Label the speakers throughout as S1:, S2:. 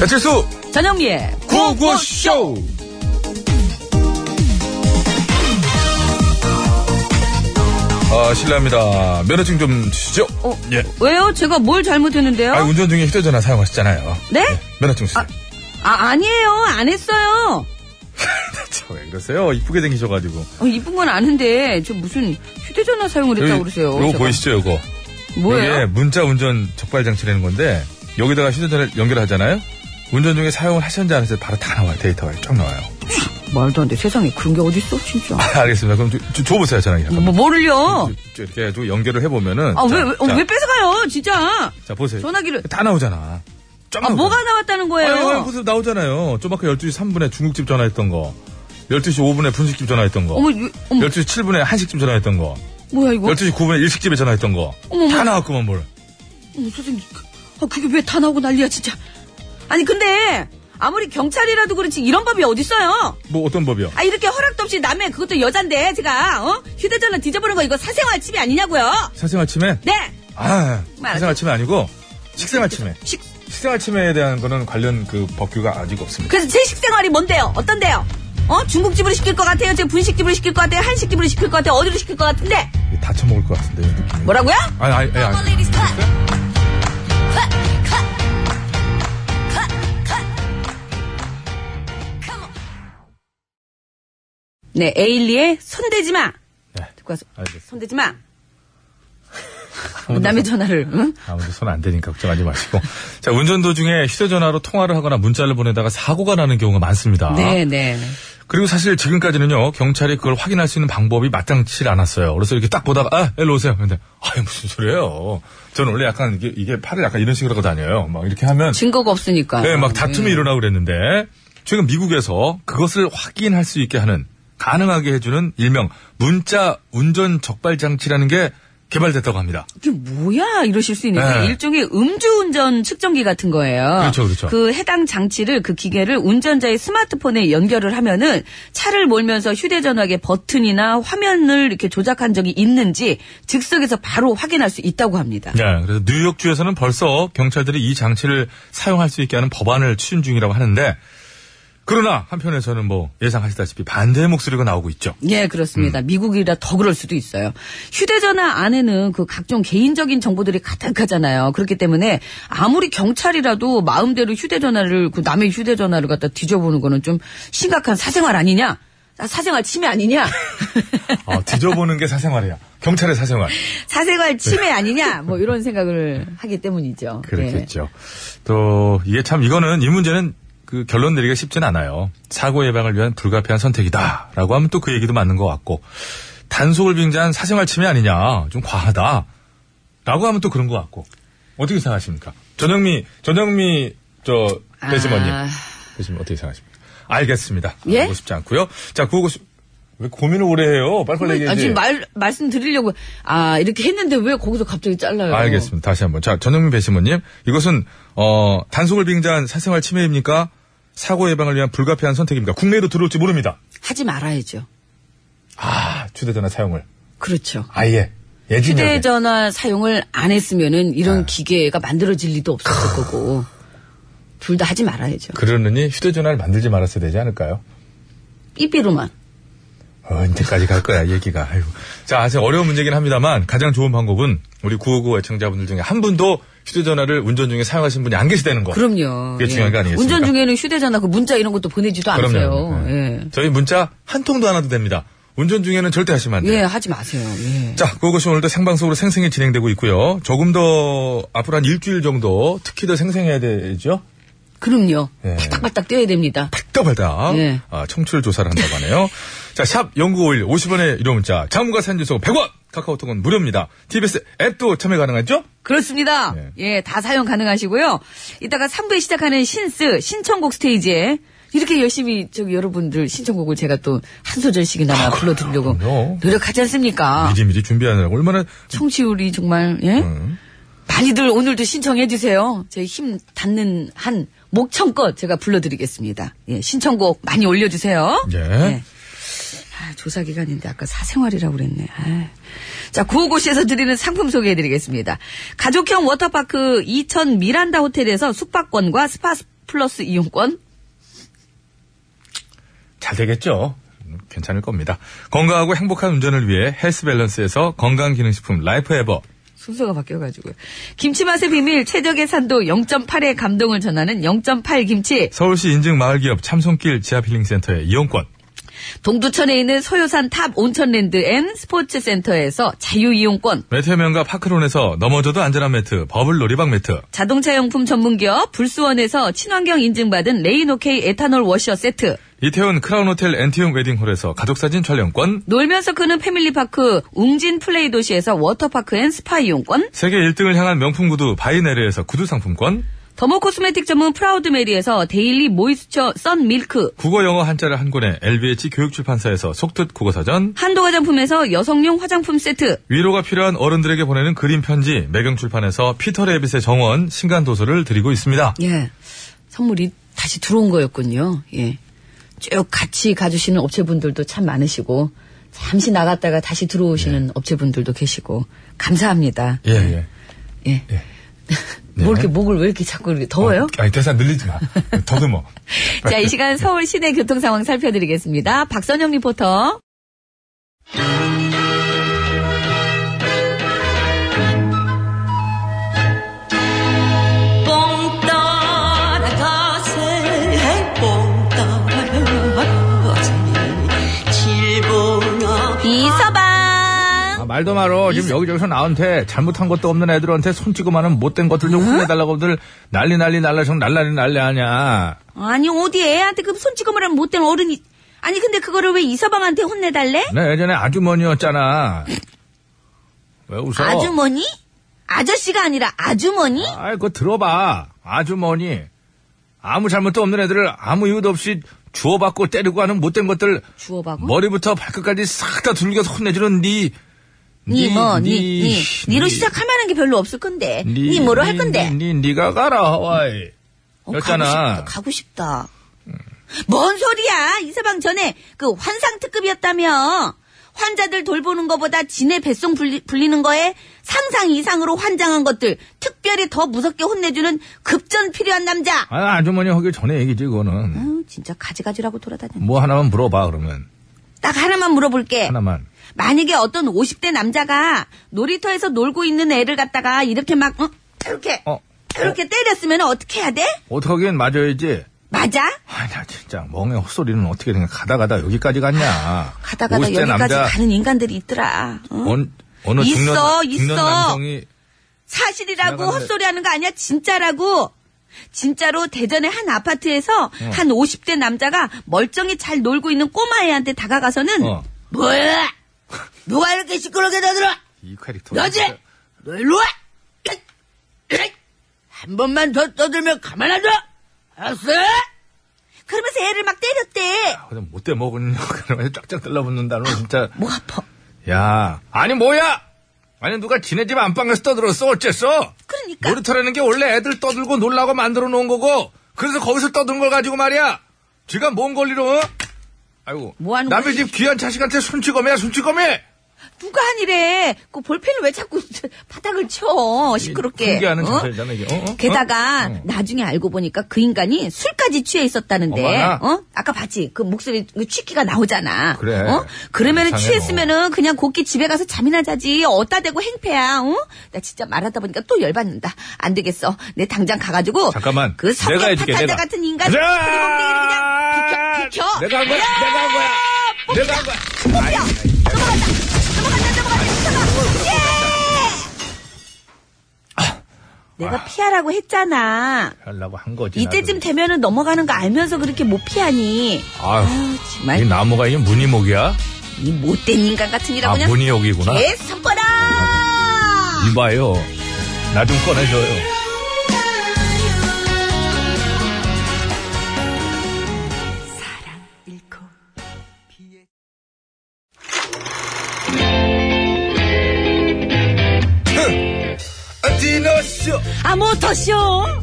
S1: 배칠수
S2: 전영미의
S1: 구구쇼 아 실례합니다 면허증 좀 주시죠
S2: 어,
S1: 예.
S2: 왜요? 제가 뭘 잘못했는데요?
S1: 아 운전 중에 휴대전화 사용하시잖아요
S2: 네?
S1: 면허증 주세요
S2: 아, 아니에요. 안 했어요.
S1: 아, 참, 왜 그러세요 이쁘게 생기셔가지고
S2: 어, 이쁜 건 아는데, 저 무슨 휴대전화 사용을 했다고 그러세요.
S1: 요거
S2: 제가.
S1: 보이시죠 요거
S2: 뭐예요?
S1: 이게 문자 운전 적발 장치라는 건데 여기다가 휴대전화 연결하잖아요. 운전 중에 사용을 하셨는지 안 하셨는지 바로 다 나와요. 데이터가 쫙 나와요.
S2: 말도 안 돼. 세상에 그런 게 어딨어, 진짜.
S1: 아, 알겠습니다. 그럼 줘- 줘- 줘보세요. 저랑 약간.
S2: 뭐, 뭐를요?
S1: 이렇게 좀 연결을 해보면은.
S2: 아,
S1: 자,
S2: 왜, 왜, 어,
S1: 자,
S2: 왜 뺏어가요, 진짜?
S1: 자, 보세요.
S2: 전화기를.
S1: 다 나오잖아. 쫙
S2: 아,
S1: 나오잖아.
S2: 뭐가 나왔다는 거예요?
S1: 어. 아니, 아니, 보세요. 나오잖아요. 좀 아까 12시 3분에 중국집 전화했던 거. 12시 5분에 분식집 전화했던 거.
S2: 어머, 이거, 어머,
S1: 12시 7분에 한식집 전화했던 거.
S2: 뭐야, 이거?
S1: 12시 9분에 일식집에 전화했던 거.
S2: 어머,
S1: 다
S2: 어머.
S1: 나왔구만, 뭘.
S2: 어머, 선생님, 아, 그게 왜 다 나오고 난리야, 진짜. 아니, 근데, 아무리 경찰이라도 그렇지, 이런 법이 어딨어요?
S1: 뭐 어떤 법이요?
S2: 아, 이렇게 허락도 없이 남의, 그것도 여잔데, 제가, 어? 휴대전화 뒤져보는 거 이거 사생활 침해 아니냐고요?
S1: 사생활 침해?
S2: 네!
S1: 아,
S2: 말하지.
S1: 사생활 침해 아니고 식생활 침해.
S2: 식,
S1: 식생활 침해에 대한 거는 관련 그 법규가 아직 없습니다.
S2: 그래서 제 식생활이 뭔데요? 어떤데요? 어? 중국집으로 시킬 것 같아요? 제 분식집으로 시킬 것 같아요? 한식집으로 시킬 것 같아요? 어디로 시킬 것 같은데?
S1: 다쳐 먹을 것 같은데.
S2: 뭐라고요?
S1: 아니, 아니, 아니, 아니.
S2: 네, 에일리의 손대지 마!
S1: 네,
S2: 듣고 와서,
S1: 알겠습니다.
S2: 손대지 마! 남의 전화를, 응?
S1: 아무도 손 안 대니까 걱정하지 마시고. 자, 운전 도중에 휴대전화로 통화를 하거나 문자를 보내다가 사고가 나는 경우가 많습니다.
S2: 네, 네.
S1: 그리고 사실 지금까지는요, 경찰이 그걸 확인할 수 있는 방법이 마땅치 않았어요. 그래서 이렇게 딱 보다가, 아, 일로 오세요. 근데, 아, 무슨 소리예요. 저는 원래 약간 이게, 이게 팔을 약간 이런 식으로 하고 다녀요. 막 이렇게 하면.
S2: 증거가 없으니까.
S1: 네, 막 다툼이
S2: 네.
S1: 일어나고 그랬는데 최근 미국에서 그것을 확인할 수 있게 하는 가능하게 해주는 일명 문자 운전 적발 장치라는 게 개발됐다고 합니다.
S2: 이게 뭐야 이러실 수 있는데
S1: 네.
S2: 일종의 음주운전 측정기 같은 거예요.
S1: 그렇죠, 그렇죠.
S2: 그 해당 장치를 그 기계를 운전자의 스마트폰에 연결을 하면은 차를 몰면서 휴대전화의 버튼이나 화면을 이렇게 조작한 적이 있는지 즉석에서 바로 확인할 수 있다고 합니다.
S1: 네, 그래서 뉴욕주에서는 벌써 경찰들이 이 장치를 사용할 수 있게 하는 법안을 추진 중이라고 하는데 그러나 한편에서는 뭐 예상하시다시피 반대의 목소리가 나오고 있죠.
S2: 예, 그렇습니다. 미국이라 더 그럴 수도 있어요. 휴대전화 안에는 그 각종 개인적인 정보들이 가득하잖아요. 그렇기 때문에 아무리 경찰이라도 마음대로 휴대전화를, 그 남의 휴대전화를 갖다 뒤져보는 거는 좀 심각한 사생활 아니냐? 아, 사생활 침해 아니냐?
S1: 아, 뒤져보는 게 사생활이야. 경찰의 사생활.
S2: 사생활 침해 아니냐? 뭐 이런 생각을 하기 때문이죠. 예.
S1: 그렇겠죠. 또 이게 참 이거는 이 문제는 그 결론 내리기가 쉽진 않아요. 사고 예방을 위한 불가피한 선택이다라고 하면 또 그 얘기도 맞는 것 같고 단속을 빙자한 사생활 침해 아니냐 좀 과하다라고 하면 또 그런 것 같고 어떻게 생각하십니까? 전영미 전영미 저 배심원님
S2: 아.
S1: 배심 어떻게 생각하십니까? 알겠습니다.
S2: 예?
S1: 알고 싶지 않고요. 자 그거 왜 고민을 오래 해요? 빨리빨리
S2: 아,
S1: 얘기해.
S2: 지금 말, 말씀드리려고, 아, 이렇게 했는데 왜 거기서 갑자기 잘라요?
S1: 알겠습니다. 다시 한번. 자, 전영민 배심원님. 이것은, 어, 단속을 빙자한 사생활 침해입니까? 사고 예방을 위한 불가피한 선택입니까? 국내에도 들어올지 모릅니다.
S2: 하지 말아야죠.
S1: 아, 휴대전화 사용을.
S2: 그렇죠.
S1: 아예. 예진이.
S2: 휴대전화 사용을 안 했으면은
S1: 네.
S2: 이런 기계가 만들어질 리도 없었을 거고 둘 다 하지 말아야죠.
S1: 그러느니 휴대전화를 만들지 말았어야 되지 않을까요?
S2: 삐삐로만.
S1: 언제까지 갈 거야, 얘기가. 아이고. 자, 사실 어려운 문제긴 합니다만 가장 좋은 방법은 우리 959 애청자분들 중에 한 분도 휴대전화를 운전 중에 사용하신 분이 안 계시다는 거.
S2: 그럼요.
S1: 그게 중요한 거 아니겠습니까?
S2: 예. 운전 중에는 휴대전화 그 문자 이런 것도 보내지도
S1: 그럼요.
S2: 않으세요.
S1: 네.
S2: 예.
S1: 저희 문자 한 통도 안 와도 됩니다. 운전 중에는 절대 하시면 안 돼요.
S2: 예, 하지 마세요. 예.
S1: 자, 그것이 오늘도 생방송으로 생생히 진행되고 있고요. 조금 더 앞으로 한 일주일 정도 특히 더 생생해야 되죠.
S2: 그럼요.
S1: 예.
S2: 발딱발딱 뛰어야 됩니다.
S1: 발다발다
S2: 예.
S1: 아, 청취율 조사를 한다고 하네요. 자, 샵 0951 50원의 이름 문자, 장문과 사진 주소 100원, 카카오톡은 무료입니다. TBS 앱도 참여 가능하죠?
S2: 그렇습니다.
S1: 네.
S2: 예, 다 사용 가능하시고요. 이따가 3부에 시작하는 신스 신청곡 스테이지에 이렇게 열심히 저기 여러분들 신청곡을 제가 또 한 소절씩이나마 불러드리려고
S1: 아, 그럼요.
S2: 노력하지 않습니까?
S1: 미리미리 음. 준비하느라고 얼마나
S2: 청취율이 정말 예? 많이들 오늘도 신청해 주세요. 저희 힘 닿는 한 목청껏 제가 불러드리겠습니다. 예, 신청곡 많이 올려주세요.
S1: 예.
S2: 아, 조사 기간인데 아까 사생활이라고 그랬네. 아. 자, 구호고시에서 드리는 상품 소개해드리겠습니다. 가족형 워터파크 이천 미란다 호텔에서 숙박권과 스파 플러스 이용권.
S1: 잘 되겠죠? 음, 괜찮을 겁니다. 건강하고 행복한 운전을 위해 헬스 밸런스에서 건강기능식품 라이프 에버.
S2: 순서가 바뀌어가지고요. 김치 맛의 비밀 최적의 산도 0.8의 감동을 전하는 0.8 김치.
S1: 서울시 인증 마을기업 참손길 지하필링센터의 이용권.
S2: 동두천에 있는 소요산 탑 온천랜드 앤 스포츠센터에서 자유이용권.
S1: 매트 해면과 파크론에서 넘어져도 안전한 매트, 버블 놀이방 매트.
S2: 자동차 용품 전문기업 불수원에서 친환경 인증받은 레인오케이 에탄올 워셔 세트.
S1: 이태원 크라운 호텔 엔티움 웨딩홀에서 가족사진 촬영권.
S2: 놀면서 크는 패밀리파크 웅진 플레이 도시에서 워터파크 앤 스파 이용권
S1: 세계 1등을 향한 명품 구두 바이네르에서 구두 상품권.
S2: 더모 코스메틱 전문 프라우드메리에서 데일리 모이스처 썬 밀크
S1: 국어 영어 한자를 한 권에 LBH 교육출판사에서 속뜻 국어사전.
S2: 한도 화장품에서 여성용 화장품 세트
S1: 위로가 필요한 어른들에게 보내는 그림 편지 매경출판에서 피터 레빗의 정원 신간 도서를 드리고 있습니다.
S2: 예 선물이 다시 들어온 거였군요 예. 예쭉 같이 가주시는 업체분들도 참 많으시고 잠시 나갔다가 다시 들어오시는 업체분들도 계시고 감사합니다
S1: 예, 예.
S2: 예. 뭐 이렇게 목을 왜 이렇게 자꾸 이렇게 더워요?
S1: 어, 아니, 대사 늘리지 마. 더듬어.
S2: 자, 이 시간 서울 시내 교통 상황 살펴드리겠습니다. 박선영 리포터. 이서방.
S1: 아, 말도 말어. 지금 여기저기서 나한테 잘못한 것도 없는 애들한테 손찌그마는 못된 것들
S2: 어?
S1: 좀 혼내달라고들 난리 난리 날라 좀 날라리 날래 하냐.
S2: 아니 어디 애한테 그 손찌검을 하면 못된 어른이 아니 근데 그거를 왜 이서방한테 혼내달래?
S1: 나 예전에 아주머니였잖아. 왜 웃어?
S2: 아주머니? 아저씨가 아니라 아주머니?
S1: 아이, 그거 들어봐. 아주머니. 아무 잘못도 없는 애들을 아무 이유도 없이 주워받고 때리고 하는 못된 것들
S2: 주워받고?
S1: 머리부터 발끝까지 싹 다 둘겨서 혼내주는 니.
S2: 니 뭐, 니, 니,
S1: 니.
S2: 니로 시작하면은 게 별로 없을 건데. 니, 뭐로 할 건데?
S1: 니, 니, 가 가라, 하와이.
S2: 어,
S1: 그랬잖아. 음.
S2: 가고 싶다. 가고 싶다. 뭔 소리야? 이서방 전에 그 환상 특급이었다며. 환자들 돌보는 것보다 지네 뱃속 불리, 불리는 거에 상상 이상으로 환장한 것들 특별히 더 무섭게 혼내주는 급전 필요한 남자.
S1: 아, 아주머니 하기 전에 얘기지, 그거는.
S2: 아유, 진짜 가지가지라고 돌아다녔네.
S1: 뭐 하나만 물어봐, 그러면.
S2: 딱 하나만 물어볼게.
S1: 하나만.
S2: 만약에 어떤 50대 남자가 놀이터에서 놀고 있는 애를 갖다가 이렇게 막, 응? 이렇게,
S1: 어.
S2: 이렇게 때렸으면 어떻게 해야 돼?
S1: 어떡하긴 맞아야지.
S2: 맞아?
S1: 아, 나 진짜 멍에 헛소리는 어떻게 그냥 가다 가다 여기까지 갔냐.
S2: 가다 가다
S1: 50대
S2: 여기까지
S1: 뭐 남자,
S2: 가는 인간들이 있더라. 응?
S1: 언, 어느
S2: 있어,
S1: 중년,
S2: 있어.
S1: 중년 남성이
S2: 사실이라고
S1: 지나가는데.
S2: 헛소리하는 거 아니야 진짜라고 진짜로 대전의 한 아파트에서
S1: 어.
S2: 한 50대 남자가 멀쩡히 잘 놀고 있는 꼬마 애한테 다가가서는
S1: 어.
S2: 뭐야 누가 이렇게 시끄럽게 나들어
S1: 이 캐릭터.
S2: 너지 너 일로 와한 번만 더 떠들면 가만 안둬 알았어 그러면서 애를 막 때렸대
S1: 아, 그냥 못돼 먹은 그러면 쫙쫙 달라붙는다. 너 진짜.
S2: 목 아파
S1: 야, 아니 뭐야? 아니 누가 지네 집 안방에서 떠들었어? 어째서?
S2: 그러니까.
S1: 놀이터라는 게 원래 애들 떠들고 놀라고 만들어 놓은 거고. 그래서 거기서 떠든 걸 가지고 말이야. 지가 뭔 권리로? 어? 아이고.
S2: 뭐 하는
S1: 남의
S2: 거지?
S1: 집 귀한 자식한테 손찌검이야, 손찌검이.
S2: 누가 하니래. 그 볼펜을 왜 자꾸 바닥을 쳐. 시끄럽게.
S3: 공개하는
S2: 어?
S3: 자세잖아 이게. 어? 어?
S2: 게다가
S3: 어?
S2: 나중에 알고 보니까 그 인간이 술까지 취해 있었다는데,
S3: 어머나.
S2: 어? 아까 봤지? 그 목소리 그 취기가 나오잖아.
S3: 그래.
S2: 어? 그러면은
S3: 이상해,
S2: 취했으면은 그냥 곱게 집에 가서 잠이나 자지. 어따 대고 행패야. 어? 나 진짜 말하다 보니까 또 열받는다. 안 되겠어. 내 당장 가가지고
S3: 잠깐만.
S2: 그
S3: 내가
S2: 성격
S3: 해줄게,
S2: 파탄자
S3: 내가.
S2: 같은 인간
S3: 가자!
S2: 그냥 비켜 비켜.
S3: 내가 한 거야.
S2: 야!
S3: 내가 한 거야. 내가 한 거야.
S2: 뽑혀. 넘어간다. 넘어간다. 넘어간다. 넘어간다. 예! 내가 피하라고 했잖아.
S3: 하려고 한 거지.
S2: 이때쯤
S3: 나도.
S2: 되면은 넘어가는 거 알면서 그렇게 못 피하니.
S3: 아휴.
S2: 아유, 정말
S3: 이 나무가 이게 무늬목이야?
S2: 이 못된 인간 같은 이라
S3: 아,
S2: 그러니까 그냥
S3: 무늬옥이구나.
S2: 계속 꺼라.
S3: 이봐요. 나 좀 꺼내줘요.
S4: 디너쇼
S2: 아 모터쇼,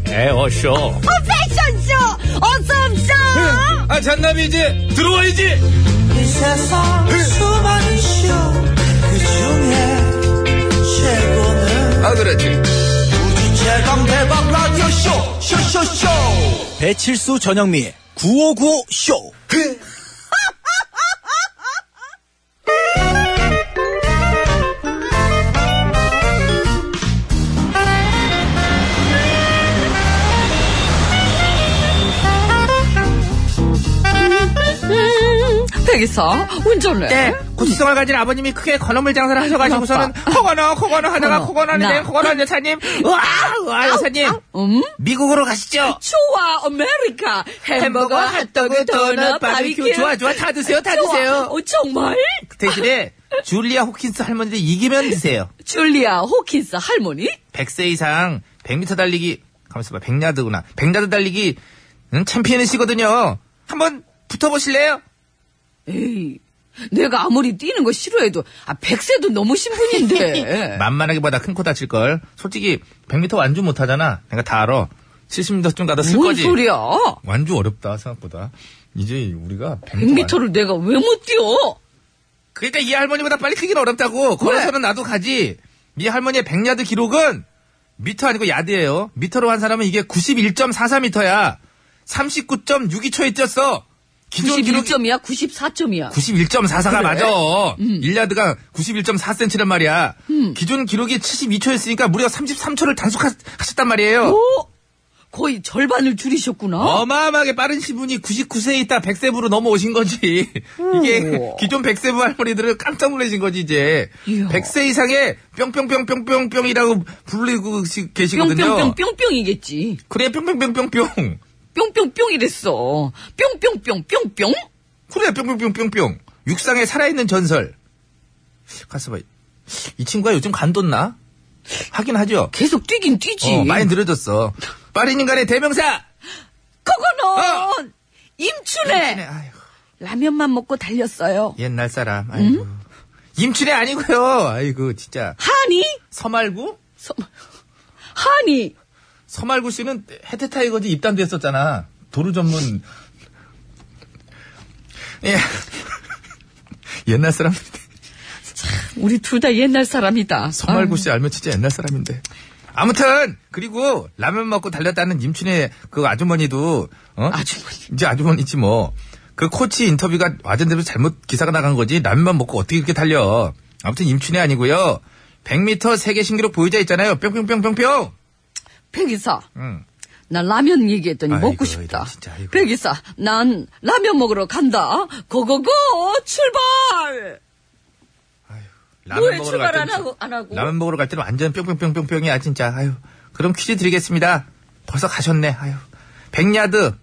S3: 네, 에어쇼.
S2: 어, 패션쇼, 어썸쇼.
S4: 아 잔남이 이제 들어와야지
S5: 이 세상 수많은 쇼그 중에 최고는
S4: 아 그렇지
S5: 우주 최강 대박 라디오 쇼 쇼쇼쇼 배칠수 전영미 9595 쇼.
S2: 백이사 운전해.
S1: 때 고수성을 네, 가진 아버님이 크게 건어물 장사를 하셔가지고서는 코건어 코건어 하다가
S2: 코건어,
S1: 코건어는
S2: 나.
S1: 코건어 어, 여사님 우와 우와 여사님
S2: 음?
S1: 미국으로 가시죠
S2: 좋아, 아메리카. 햄버거, 핫도그, 도넛, 바비큐.
S1: 좋아 좋아 다 드세요 다
S2: 좋아.
S1: 드세요
S2: 어, 정말?
S1: 그 대신에 줄리아 호킨스 할머니를 이기면 드세요
S2: 줄리아 호킨스 할머니?
S1: 100세 이상 100m 달리기 가만있어 봐 100야드구나 100야드 달리기 응, 챔피언이시거든요 한번 붙어보실래요?
S2: 에이, 내가 아무리 뛰는 거 싫어해도, 아, 100세도 너무 신분인데.
S1: 만만하게보다 큰 코 다칠걸 솔직히 100m 완주 못하잖아 내가 다 알아 70m쯤 가다 쓸
S2: 뭔
S1: 거지
S2: 소리야?
S3: 완주 어렵다 생각보다. 이제 우리가 100m.
S2: 100m를 내가 왜 못 뛰어?
S1: 그러니까 이 할머니보다 빨리 크긴 어렵다고. 걸어서는 나도 가지. 이 할머니의 100야드 기록은 미터 아니고 야드예요. 미터로 한 사람은 이게 91.44미터야. 39.62초에 뛰었어. 기존 기록이
S2: 91점이야? 94점이야?
S1: 91.44가 맞아. 1야드가 91.4cm란 말이야. 기존 기록이 72초였으니까 무려 33초를 단속하셨단 말이에요.
S2: 오! 어? 거의 절반을 줄이셨구나.
S1: 어마어마하게 빠른 시분이 99세에 있다 100세부로 넘어오신 거지. 이게 기존 100세부 할머니들은 깜짝 놀라신 거지 이제.
S2: 이야.
S1: 100세 이상의 뿅뿅뿅뿅뿅뿅이라고 불리고 시- 계시거든요.
S2: 뿅뿅뿅뿅뿅이겠지.
S1: 그래 뿅뿅뿅뿅뿅.
S2: 뿅뿅뿅이랬어. 뿅뿅뿅뿅뿅?
S1: 그래 뿅뿅뿅뿅뿅. 육상에 살아있는 전설. 가서 봐. 이 친구가 요즘 간뒀나? 하긴 하죠.
S2: 계속 뛰긴 뛰지.
S1: 어, 많이 늘어졌어. 빠른 인간의 대명사. 어!
S2: 그거는 임춘애
S1: 아이고.
S2: 라면만 먹고 달렸어요.
S1: 옛날 사람. 아이고. 임춘애 아니고요. 아이고 진짜
S2: 한이
S1: 서말구?
S2: 서- 한이
S1: 서말구 씨는 해태 타이거즈 입단됐었잖아. 도루 전문. 예. 옛날 사람인데
S2: 우리 둘 다 옛날 사람이다.
S1: 서말구
S2: 아유.
S1: 씨 알면 진짜 옛날 사람인데. 아무튼 그리고 라면 먹고 달렸다는 임춘의 그 아주머니도 어?
S2: 아주머니.
S1: 이제 아주머니지 뭐. 그 코치 인터뷰가 와전대로 잘못 기사가 나간 거지. 라면만 먹고 어떻게 이렇게 달려. 아무튼 임춘이 아니고요. 100m 세계 신기록 보유자 있잖아요. 뿅뿅뿅뿅뿅.
S2: 백이사
S1: 응.
S2: 나 라면 얘기했더니
S1: 아이고,
S2: 먹고 싶다.
S1: 진짜, 아이고.
S2: 백이사 난 라면 먹으러 간다. 고고고 출발. 왜 출발
S1: 갈
S2: 안
S1: 때는
S2: 하고- 안 하고?
S1: 라면 먹으러 갈 때는 완전 뿅뿅뿅뿅뿅이야 진짜 아유 그럼 퀴즈 드리겠습니다 벌써 가셨네 아유 100야드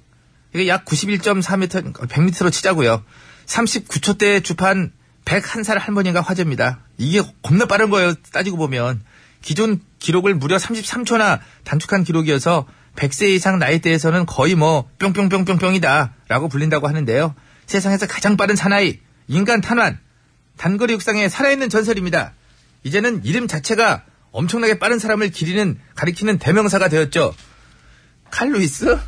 S1: 이게 약 91.4m 100m로 치자고요 39초대 주판 101살 할머니가 화제입니다 이게 겁나 빠른 거예요 따지고 보면 기존 기록을 무려 33초나 단축한 기록이어서 100세 이상 나이대에서는 거의 뭐 뿅뿅뿅뿅뿅이다 라고 불린다고 하는데요 세상에서 가장 빠른 사나이 인간 탄환 단거리 육상에 살아있는 전설입니다. 이제는 이름 자체가 엄청나게 빠른 사람을 기리는 가리키는 대명사가 되었죠. 칼 루이스?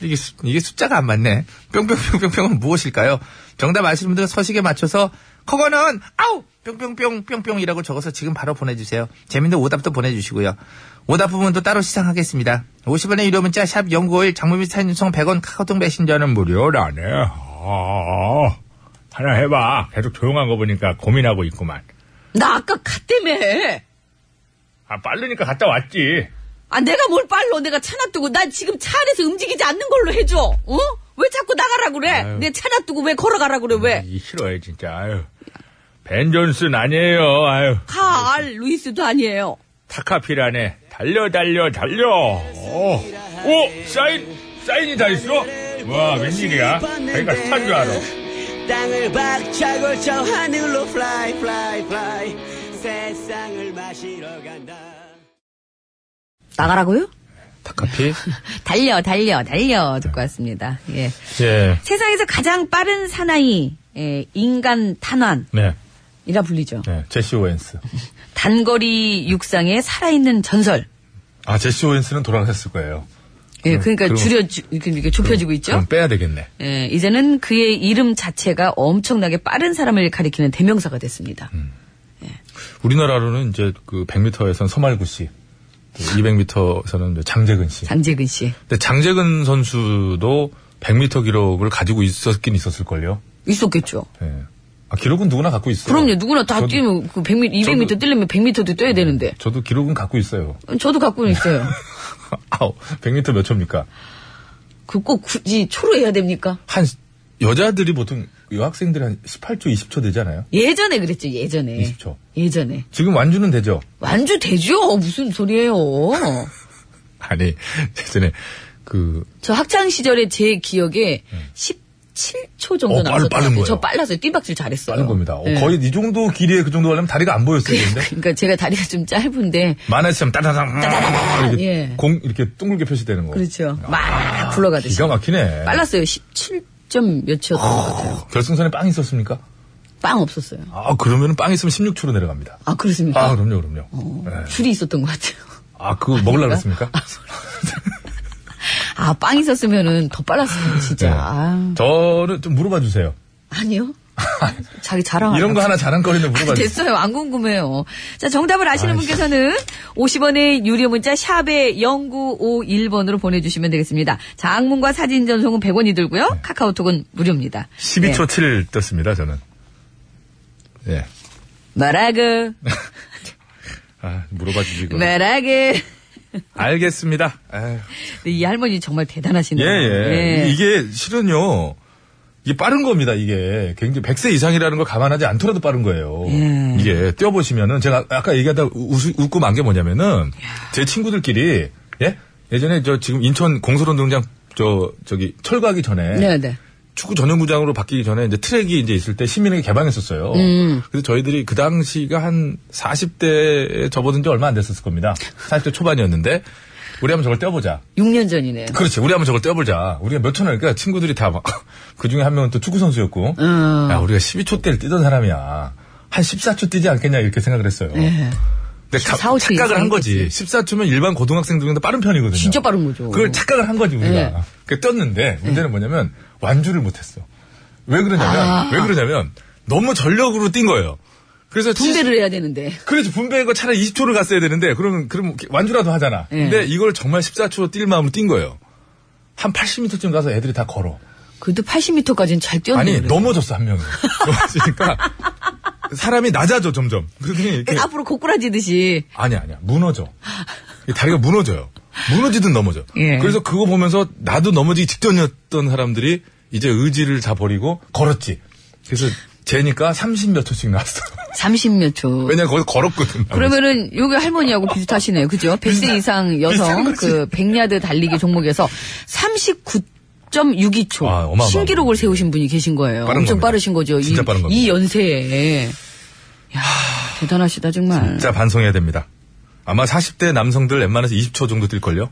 S6: 이게, 수- 이게 숫자가 안 맞네. 뿅뿅뿅뿅뿅은 무엇일까요? 정답 아시는 분들은 서식에 맞춰서 그거는 아우 뿅뿅뿅뿅뿅이라고 적어서 지금 바로 보내주세요. 재밌는 오답도 보내주시고요. 오답 부분도 따로 시상하겠습니다. 50원의 유료 문자 샵 연구일 장모미 사진 송 100원 카카오톡 메신저는 무료라네.
S1: 아, 하나 해봐. 계속 조용한 거 보니까 고민하고 있구만.
S2: 나 아까 갔다며.
S1: 아, 빠르니까 갔다 왔지.
S2: 아, 내가 뭘 빨로 내가 차 놔두고, 나 지금 차 안에서 움직이지 않는 걸로 해줘. 어? 왜 자꾸 나가라 그래? 내 차 놔두고 왜 걸어가라 그래, 왜?
S1: 이 싫어요, 진짜. 아유. 벤 존슨 아니에요. 아유.
S2: 칼, 루이스도 아니에요.
S1: 타카피라네. 달려, 달려, 달려. 오, 오, 사인, 사인이 다 있어? 와, 웬일이야? 자기가 스타인 줄 알아.
S7: 땅을 박차고 저 하늘로 fly fly fly 세상을 마시러 간다
S2: 나가라고요?
S6: 닭카피?
S2: 달려, 달려, 달려. 듣고 왔습니다. 예.
S1: 예.
S2: 세상에서 가장 빠른 사나이, 예, 인간 탄환이라
S1: 네.
S2: 불리죠.
S1: 네. 제시 오웬스.
S2: 단거리 육상의 살아있는 전설.
S1: 아, 제시 오웬스는 돌아가셨을 거예요.
S2: 예, 그러니까
S1: 음, 그럼-
S2: 줄여, 이렇게, 이렇게 좁혀지고 있죠.
S1: 그럼 빼야 되겠네.
S2: 예, 이제는 그의 이름 자체가 엄청나게 빠른 사람을 가리키는 대명사가 됐습니다.
S1: 음. 우리나라로는 이제 그 100m에선 서말구 씨, 그 200m에서는 장재근 씨.
S2: 장재근 씨.
S1: 근데 장재근 선수도 100m 기록을 가지고 있었긴 있었을걸요.
S2: 있었겠죠.
S1: 예. 아, 기록은 누구나 갖고 있어요.
S2: 그럼요. 누구나 다
S1: 저도-
S2: 뛰면 그 100m, 200m
S1: 저도-
S2: 뛰려면 100m도 뛰어야 되는데.
S1: 저도 기록은 갖고 있어요.
S2: 저도 갖고는 있어요.
S1: 아우, 100m 몇 초입니까?
S2: 그 꼭 굳이 초로 해야 됩니까?
S1: 한, 여자들이 보통 여학생들이 한 18초, 20초 되잖아요.
S2: 예전에 그랬죠. 예전에.
S1: 20초.
S2: 예전에.
S1: 지금 완주는 되죠?
S2: 완주 되죠. 무슨 소리예요.
S1: 아니, 예전에 그,
S2: 저 학창 시절에 제 기억에 17초 정도
S1: 음. 어, 빨-
S2: 나왔었어요.
S1: 빠른 거예요.
S2: 저 빨랐어요. 띠박질 잘했어요.
S1: 빠른 겁니다. 어,
S2: 예.
S1: 거의 이 정도 길이에 그 정도 하려면 다리가 안 보였을 텐데.
S2: 그러니까 제가 다리가 좀 짧은데
S1: 만화처럼 따다당 이렇게
S2: 예.
S1: 공 이렇게 둥글게 표시되는 거.
S2: 그렇죠. 막 굴러가듯이.
S1: 아, 기가 어. 막히네.
S2: 빨랐어요. 17점 몇이었던 것 같아요.
S1: 결승선에 빵 있었습니까?
S2: 빵 없었어요.
S1: 아 그러면 빵 있으면 16초로 내려갑니다.
S2: 아 그렇습니까?
S1: 아 그럼요 그럼요. 예.
S2: 줄이 있었던 것 같아요.
S1: 아 그거 먹으려고 그랬습니까?
S2: 아, 빵 있었으면은 더 빨랐어요, 진짜.
S1: 예.
S2: 아,
S1: 저는 좀 물어봐 주세요.
S2: 아니요. 자기 자랑.
S1: 이런 거 하나 자랑거리는 물어봐 주세요.
S2: 아, 됐어요. 안 궁금해요. 자, 정답을 아시는 분께서는 50원의 유료 문자 샵에 0951번으로 보내주시면 되겠습니다. 자, 악문과 사진 전송은 100원이 들고요. 카카오톡은 무료입니다.
S1: 12초 7 떴습니다 저는. 예.
S2: 마라그,
S1: 아 물어봐 주시고.
S2: 네. 마라그.
S1: 알겠습니다. 아, 에휴.
S2: 이 할머니 정말 대단하시네요.
S1: 예, 예.
S2: 예.
S1: 이게 실은요. 이게 빠른 겁니다, 이게. 굉장히 100세 이상이라는 걸 감안하지 않더라도 빠른 거예요.
S2: 예.
S1: 이게 뛰어보시면은 제가 아까 얘기하다 웃, 웃고 만 게 뭐냐면은 제 친구들끼리 예? 예전에 저 지금 인천 공설운동장 저 저기 철거하기 전에
S2: 네, 네.
S1: 축구 전용구장으로 바뀌기 전에 이제 트랙이 이제 있을 때 시민에게 개방했었어요.
S2: 음.
S1: 그래서 저희들이 그 당시가 한 40대에 접어든 지 얼마 안 됐었을 겁니다. 40대 초반이었는데 우리 한번 저걸 뛰어보자.
S2: 6년 전이네요.
S1: 그렇지. 우리 한번 저걸 떼어보자. 우리가 몇 천원일까? 친구들이 다 막, 그 중에 한 명은 또 축구선수였고.
S2: 음.
S1: 야, 우리가 12초 때를 뛰던 사람이야. 한 14초 뛰지 않겠냐, 이렇게 생각을 했어요.
S2: 예.
S1: 근데 가-
S2: 14초
S1: 착각을 한 거지. 14초면 일반 고등학생들보다 빠른 편이거든요.
S2: 진짜 빠른 거죠.
S1: 그걸 착각을 한 거지, 우리가.
S2: 예.
S1: 그 떴는데, 문제는 뭐냐면, 완주를 못했어. 왜 그러냐면,
S2: 아.
S1: 왜 그러냐면, 너무 전력으로 뛴 거예요. 그래서
S2: 분배를 해야 되는데.
S1: 그렇지 분배가 차라리 20초를 갔어야 되는데 그러면 그럼 완주라도 하잖아.
S2: 예.
S1: 근데 이걸 정말 14초로 뛸 마음으로 뛴 거예요. 한 80m쯤 가서 애들이 다 걸어.
S2: 그래도 80m까지는 잘 뛰었는데.
S1: 아니 넘어졌어 한 명이. 넘어지니까 사람이 낮아져 점점. 그러더니 이렇게
S2: 앞으로 고꾸라지듯이.
S1: 아니야 아니야 무너져. 이 다리가 무너져요. 무너지든 넘어져.
S2: 예.
S1: 그래서 그거 보면서 나도 넘어지기 직전이었던 사람들이 이제 의지를 다 버리고 걸었지. 그래서 재니까 30몇 초씩 나왔어.
S2: 30몇 초.
S1: 왜냐 거기 걸었거든.
S2: 그러면은 요게 할머니하고 비슷하시네요. 그죠? 100세 이상
S1: 음. 비슷한
S2: 여성
S1: 거지.
S2: 그 100야드 달리기 종목에서 39.62초
S1: 아, 어마어마하고.
S2: 신기록을 세우신 분이 계신 거예요.
S1: 빠른
S2: 엄청
S1: 겁니다.
S2: 빠르신 거죠.
S1: 진짜
S2: 이,
S1: 빠른 겁니다.
S2: 이 연세에. 야, 대단하시다 정말.
S1: 진짜 반성해야 됩니다. 아마 40대 남성들 웬만해서 20초 정도 뛸걸요?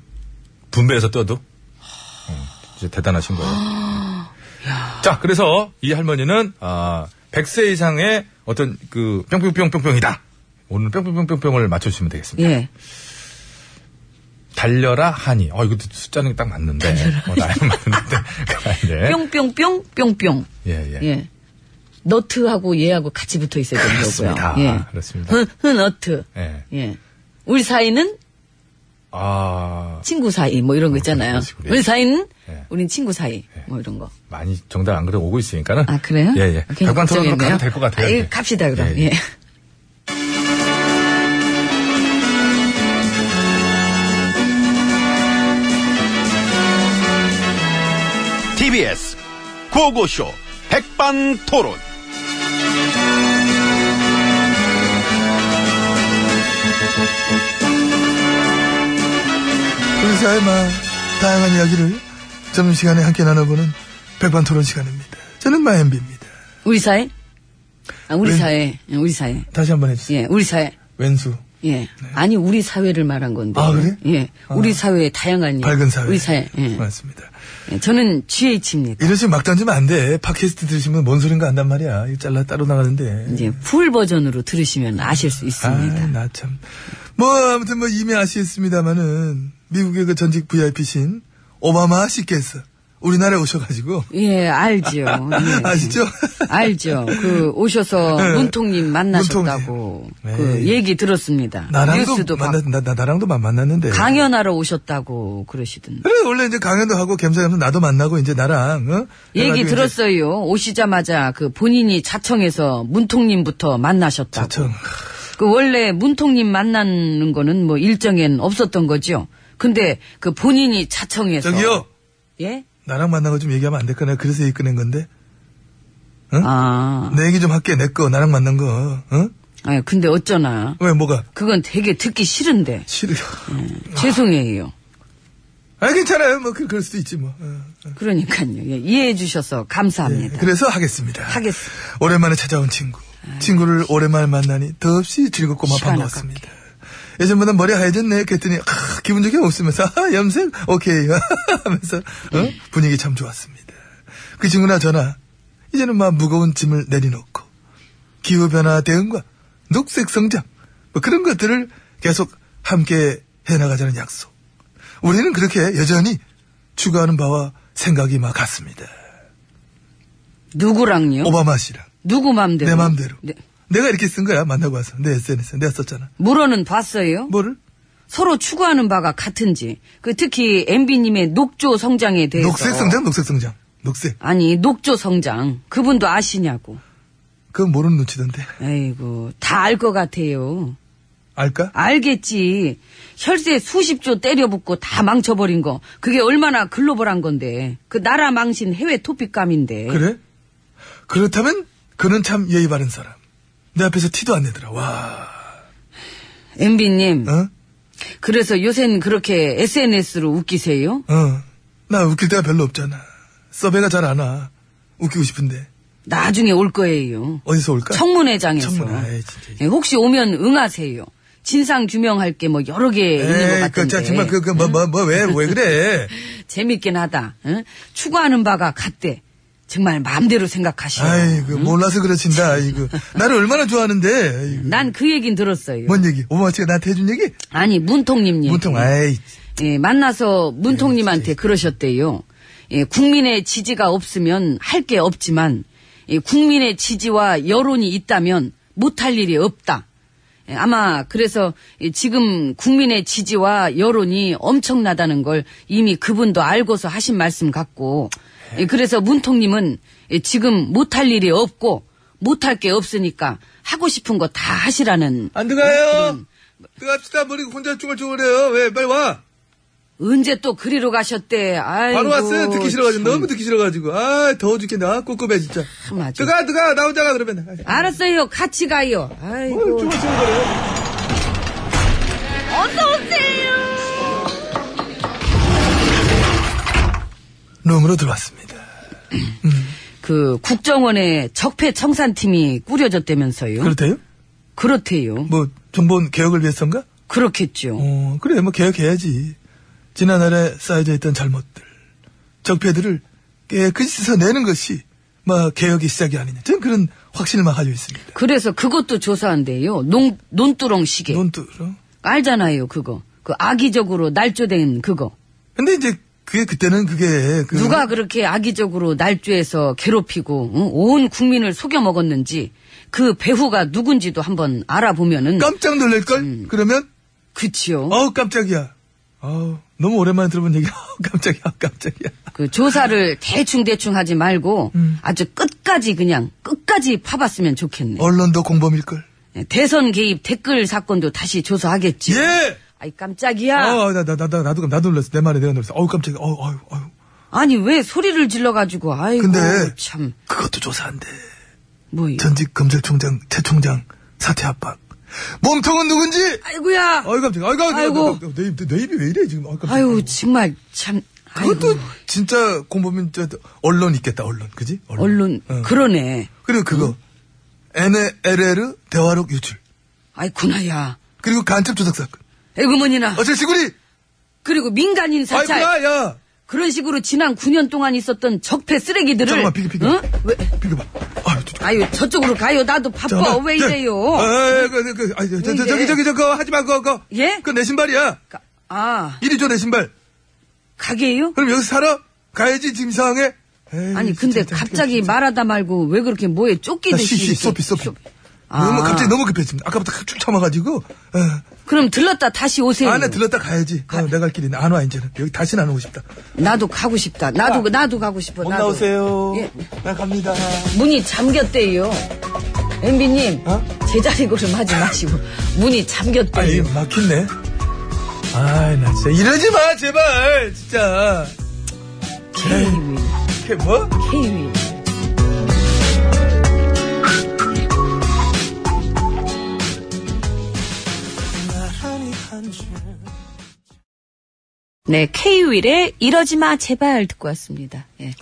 S1: 분배해서 뛰어도? 음, 진짜 대단하신 거예요. 자, 그래서 이 할머니는, 아, 100세 이상의 어떤 그 뿅뿅뿅뿅뿅이다. 오늘 뿅뿅뿅뿅뿅을 맞춰주시면 되겠습니다.
S2: 예.
S1: 달려라 하니. 어, 이거 숫자는 딱 맞는데. 어, 나이는 맞는데.
S2: 뿅뿅뿅 뿅뿅.
S1: 예, 네? 예.
S2: 예. 너트하고 얘하고 같이 붙어 있어야 되는
S1: 그렇습니다.
S2: 거고요. 예.
S1: 그렇습니다.
S2: 흔, 흔어트.
S1: 예.
S2: 예. 우리 사이는
S1: 아,
S2: 친구 사이 뭐 이런 거 있잖아요.
S1: 그런 식으로.
S2: 우리 사이는
S1: 예.
S2: 우린 친구 사이 뭐 이런 거.
S1: 많이 정답 안 그래도 오고 있으니까는.
S2: 아 그래요?
S1: 예, 예.
S2: 괜히
S1: 백반 토론으로
S2: 걱정이네요.
S1: 가도 될 것 같아요.
S2: 아,
S1: 이제.
S2: 예, 갑시다 그럼.
S1: 예, 예.
S2: 예.
S8: TBS 고고쇼 백반토론.
S9: 우리 사회마 다양한 이야기를 점심시간에 함께 나눠보는 백반토론 시간입니다. 저는 마엠비입니다.
S2: 우리 사이? 아, 우리
S9: 왜?
S2: 사회. 예, 우리 사회.
S9: 다시 한번 해주세요.
S2: 예, 우리 사회.
S9: 왼수.
S2: 예. 아니, 우리 사회를 말한 건데.
S9: 아, 그래?
S2: 예. 우리 사회의 다양한. 일.
S9: 밝은 사회. 네.
S2: 우리 사회. 예.
S9: 맞습니다.
S2: 예, 저는 GH입니다.
S9: 이런 식으로 막 던지면 안 돼. 팟캐스트 들으시면 뭔 소린가 안단 말이야. 이거 잘라 따로 나가는데.
S2: 이제 풀 버전으로 들으시면 아실 수 있습니다.
S9: 아, 나 참. 뭐, 아무튼 뭐 이미 아시겠습니다만은 미국의 그 전직 VIP신 오바마 씨께서 우리나라에 오셔가지고
S2: 예, 알죠. 예.
S9: 아시죠?
S2: 알죠. 그 오셔서
S9: 예.
S2: 문통님 만나셨다고
S9: 문통님.
S2: 그
S9: 에이.
S2: 얘기 들었습니다.
S9: 나랑도
S2: 뉴스도
S9: 만나,
S2: 봤-
S9: 나, 나- 나랑도 만- 만났는데.
S2: 강연하러 오셨다고 그러시던데.
S9: 그래, 원래 이제 강연도 하고 겸사겸사 나도 만나고 이제 나랑, 어?
S2: 얘기
S9: 해가지고 이제
S2: 들었어요. 오시자마자 그 본인이 자청해서 문통님부터 만나셨다고.
S9: 자청.
S2: 그 원래 문통님 만나는 거는 뭐 일정엔 없었던 거죠. 근데 그 본인이 자청해서
S9: 저기요!
S2: 예?
S9: 나랑 만나고 좀 얘기하면 안 될까? 내가 그래서 얘기 꺼낸 건데.
S2: 아.
S9: 내 얘기 좀 할게, 내 거. 나랑 만난 거. 어?
S2: 아, 근데 어쩌나.
S9: 왜, 뭐가?
S2: 그건 되게 듣기 싫은데.
S9: 싫어.
S2: 죄송해요.
S9: 아, 괜찮아요. 뭐, 그, 그럴 수도 있지, 뭐. 어.
S2: 그러니까요. 예, 이해해 주셔서 감사합니다.
S9: 그래서 하겠습니다.
S2: 하겠습니다.
S9: 오랜만에 찾아온 친구. 친구를 오랜만에 만나니 더없이 즐겁고 막
S2: 시간
S9: 반가웠습니다. 예전보다 머리 하얘졌네. 그랬더니, 아, 기분 좋게 웃으면서, 아, 염색? 오케이. 하면서, 어? 분위기 참 좋았습니다. 그 친구나 저나, 이제는 막 무거운 짐을 내려놓고, 기후변화 대응과 녹색 성장, 뭐 그런 것들을 계속 함께 해나가자는 약속. 우리는 그렇게 여전히 추구하는 바와 생각이 막 같습니다.
S2: 네. 누구랑요?
S9: 오바마 씨랑.
S2: 누구 맘대로?
S9: 내 마음대로.
S2: 네.
S9: 내가 이렇게 쓴 거야, 만나고 와서. 내 SNS. 내가 썼잖아.
S2: 물어는 봤어요?
S9: 뭐를?
S2: 서로 추구하는 바가 같은지. 그 특히 MB님의 녹조 성장에 대해서.
S9: 녹색 성장, 녹색 성장. 녹색.
S2: 아니, 녹조 성장. 그분도 아시냐고.
S9: 그건 모르는 눈치던데.
S2: 아이고, 다 알 것 같아요.
S9: 알까?
S2: 알겠지. 혈세 수십조 때려붓고 다 망쳐버린 거. 그게 얼마나 글로벌한 건데. 그 나라 망신 해외 토픽감인데.
S9: 그래? 그렇다면, 그는 참 예의 바른 사람. 내 앞에서 티도 안 내더라. 와,
S2: MB님.
S9: 어?
S2: 그래서 요샌 그렇게 SNS로 웃기세요?
S9: 어. 나 웃길 때가 별로 없잖아. 서베가 잘 안 와. 웃기고 싶은데.
S2: 나중에 올 거예요.
S9: 어디서 올까?
S2: 청문회장에서.
S9: 그러니까. 청문회. 아이, 진짜.
S2: 예, 혹시 오면 응하세요. 진상 규명할 게 뭐 여러 개 있는 것
S9: 에이, 그,
S2: 같은데.
S9: 자, 정말, 그, 그, 뭐, 뭐, 뭐, 왜, 왜 그래?
S2: 재밌긴 하다. 응? 추구하는 바가 같대. 정말 마음대로 생각하시오.
S9: 아이고, 몰라서 그러신다, 아이고. 나를 얼마나 좋아하는데, 아이고.
S2: 난 그 얘긴 들었어요.
S9: 뭔 얘기? 오바마 씨가 나한테 해준 얘기?
S2: 아니 문통님 얘기.
S9: 뭐- 문통, 아이,
S2: 예, 만나서
S9: 네,
S2: 문통님한테 그러셨대요. 예, 국민의 지지가 없으면 할 게 없지만 예, 국민의 지지와 여론이 있다면 못할 일이 없다. 예, 아마 그래서 예, 지금 국민의 지지와 여론이 엄청나다는 걸 이미 그분도 알고서 하신 말씀 같고 예, 그래서 문통님은 예, 지금 못할 일이 없고 못할 게 없으니까 하고 싶은 거 다 하시라는
S9: 안
S2: 아,
S9: 들어가요. 들어갑시다. 머리 혼자 쭈글쭈글해요. 왜 빨리 와?
S2: 언제 또 그리로 가셨대. 아이고,
S9: 바로 왔어요. 듣기 싫어가지고 너무 듣기 싫어가지고 아 더워 죽겠네. 아 꿉꿉해 진짜.
S2: 참 아주.
S9: 들어가 들어가 나 혼자 가 그러면. 아이,
S2: 알았어요. 같이 가요. 아이고.
S9: 룸으로 들어왔습니다.
S2: 그 국정원의 적폐 청산팀이 꾸려졌다면서요.
S9: 그렇대요?
S2: 그렇대요.
S9: 뭐 정보원 개혁을 위해서인가?
S2: 그렇겠죠.
S9: 어 그래 뭐 개혁해야지. 지난날에 쌓여져 있던 잘못들 적폐들을 깨끗이 씻어내는 것이 뭐 개혁의 시작이 아니냐. 저는 그런 확신을 막 가지고 있습니다.
S2: 그래서 그것도 조사한대요. 농, 논두렁 시계.
S9: 논두렁.
S2: 알잖아요, 그거. 그 악의적으로 날조된 그거.
S9: 근데 이제 그게 그때는 그게 그
S2: 누가 그렇게 악의적으로 날조해서 괴롭히고 응? 온 국민을 속여 먹었는지 그 배후가 누군지도 한번 알아보면은
S9: 깜짝 놀랄 걸.
S2: 음.
S9: 그러면
S2: 그치요.
S9: 어우 깜짝이야. 어우 너무 오랜만에 들어본 얘기야. 어우, 깜짝이야. 깜짝이야.
S2: 그 조사를 대충 대충 하지 말고
S9: 음.
S2: 아주 끝까지 그냥 끝까지 파봤으면 좋겠네.
S9: 언론도 공범일 걸.
S2: 예, 대선 개입 댓글 사건도 다시 조사하겠지.
S9: 예.
S2: 아이 깜짝이야.
S9: 어나나나 나, 나, 도 나도 놀랐어. 내 말에 내가 놀랐어. 어우 깜짝이야. 어우 어우 어우.
S2: 아니 왜 소리를 질러가지고 아이고
S9: 근데-
S2: 참
S9: 그것도 조사한대.
S2: 뭐이.
S9: 전직 검찰총장 최 총장 사퇴 압박. 몸통은 누군지.
S2: 아이고야.
S9: 어이 깜짝이야. 어이 깜짝이야.
S2: 아이고.
S9: 어, 내, 입- 내 입이 왜 이래 지금. 어이, 깜짝이야.
S2: 아유 정말 참.
S9: 그것도
S2: 아이고,
S9: 진짜 공범인 저 언론 있겠다 언론 어. 그지?
S2: 언론
S9: 응.
S2: 그러네.
S9: 그리고 그거 NLL 대화록 유출
S2: 아이 구나야.
S9: 그리고 간첩 조작 사건
S2: 애그머니나
S9: 어제 시구리
S2: 그리고 민간인 사찰
S9: 아이구나 야
S2: 그런 식으로 지난 9년 동안 있었던 적폐 쓰레기들을
S9: 잠깐만 비교 비교
S2: 응? 왜?
S9: 비교봐 아유 저, 저,
S2: 아유 저쪽으로 가요 나도 바빠
S9: 잠깐만.
S2: 뭐, 왜
S9: 야,
S2: 이래요
S9: 아이 그, 그, 그, 아이, 저, 저,
S2: 왜 이래?
S9: 저기 저기 저거 하지마 그거 그거
S2: 예?
S9: 그거 내 신발이야
S2: 가- 아
S9: 이리 줘 내 신발
S2: 가게요?
S9: 그럼 여기서 살아? 가야지 지금 상황에 에이,
S2: 아니 근데
S9: 진짜,
S2: 갑자기
S9: 진짜.
S2: 말하다 말고 왜 그렇게 뭐에
S9: 나
S2: 쫓기듯이
S9: 쉬, 쉬,
S2: 이렇게
S9: 소피, 소피.
S2: 쇼- 아.
S9: 너무 갑자기 너무 급해집니다. 아까부터 쭉 참아가지고. 에.
S2: 그럼 들렀다 다시 오세요
S9: 안에 아, 들렀다 가야지. 어, 내가 갈 길이 안와 이제는 여기 다시는 안 오고 싶다.
S2: 나도 가고 싶다 나도 나도 가고 싶어
S6: 못
S2: 나도.
S6: 나오세요.
S2: 예.
S6: 나 갑니다.
S2: 문이 잠겼대요 엠비님 제자리 걸음하지 마시고 문이
S9: 아니
S2: 잠겼대요
S9: 막혔네. 아이 나 진짜 이러지 마 제발 진짜.
S2: 케이윌
S9: 걔 뭐?
S2: 케이윌 네, K-윌의 이러지 마, 제발 듣고 왔습니다. 예.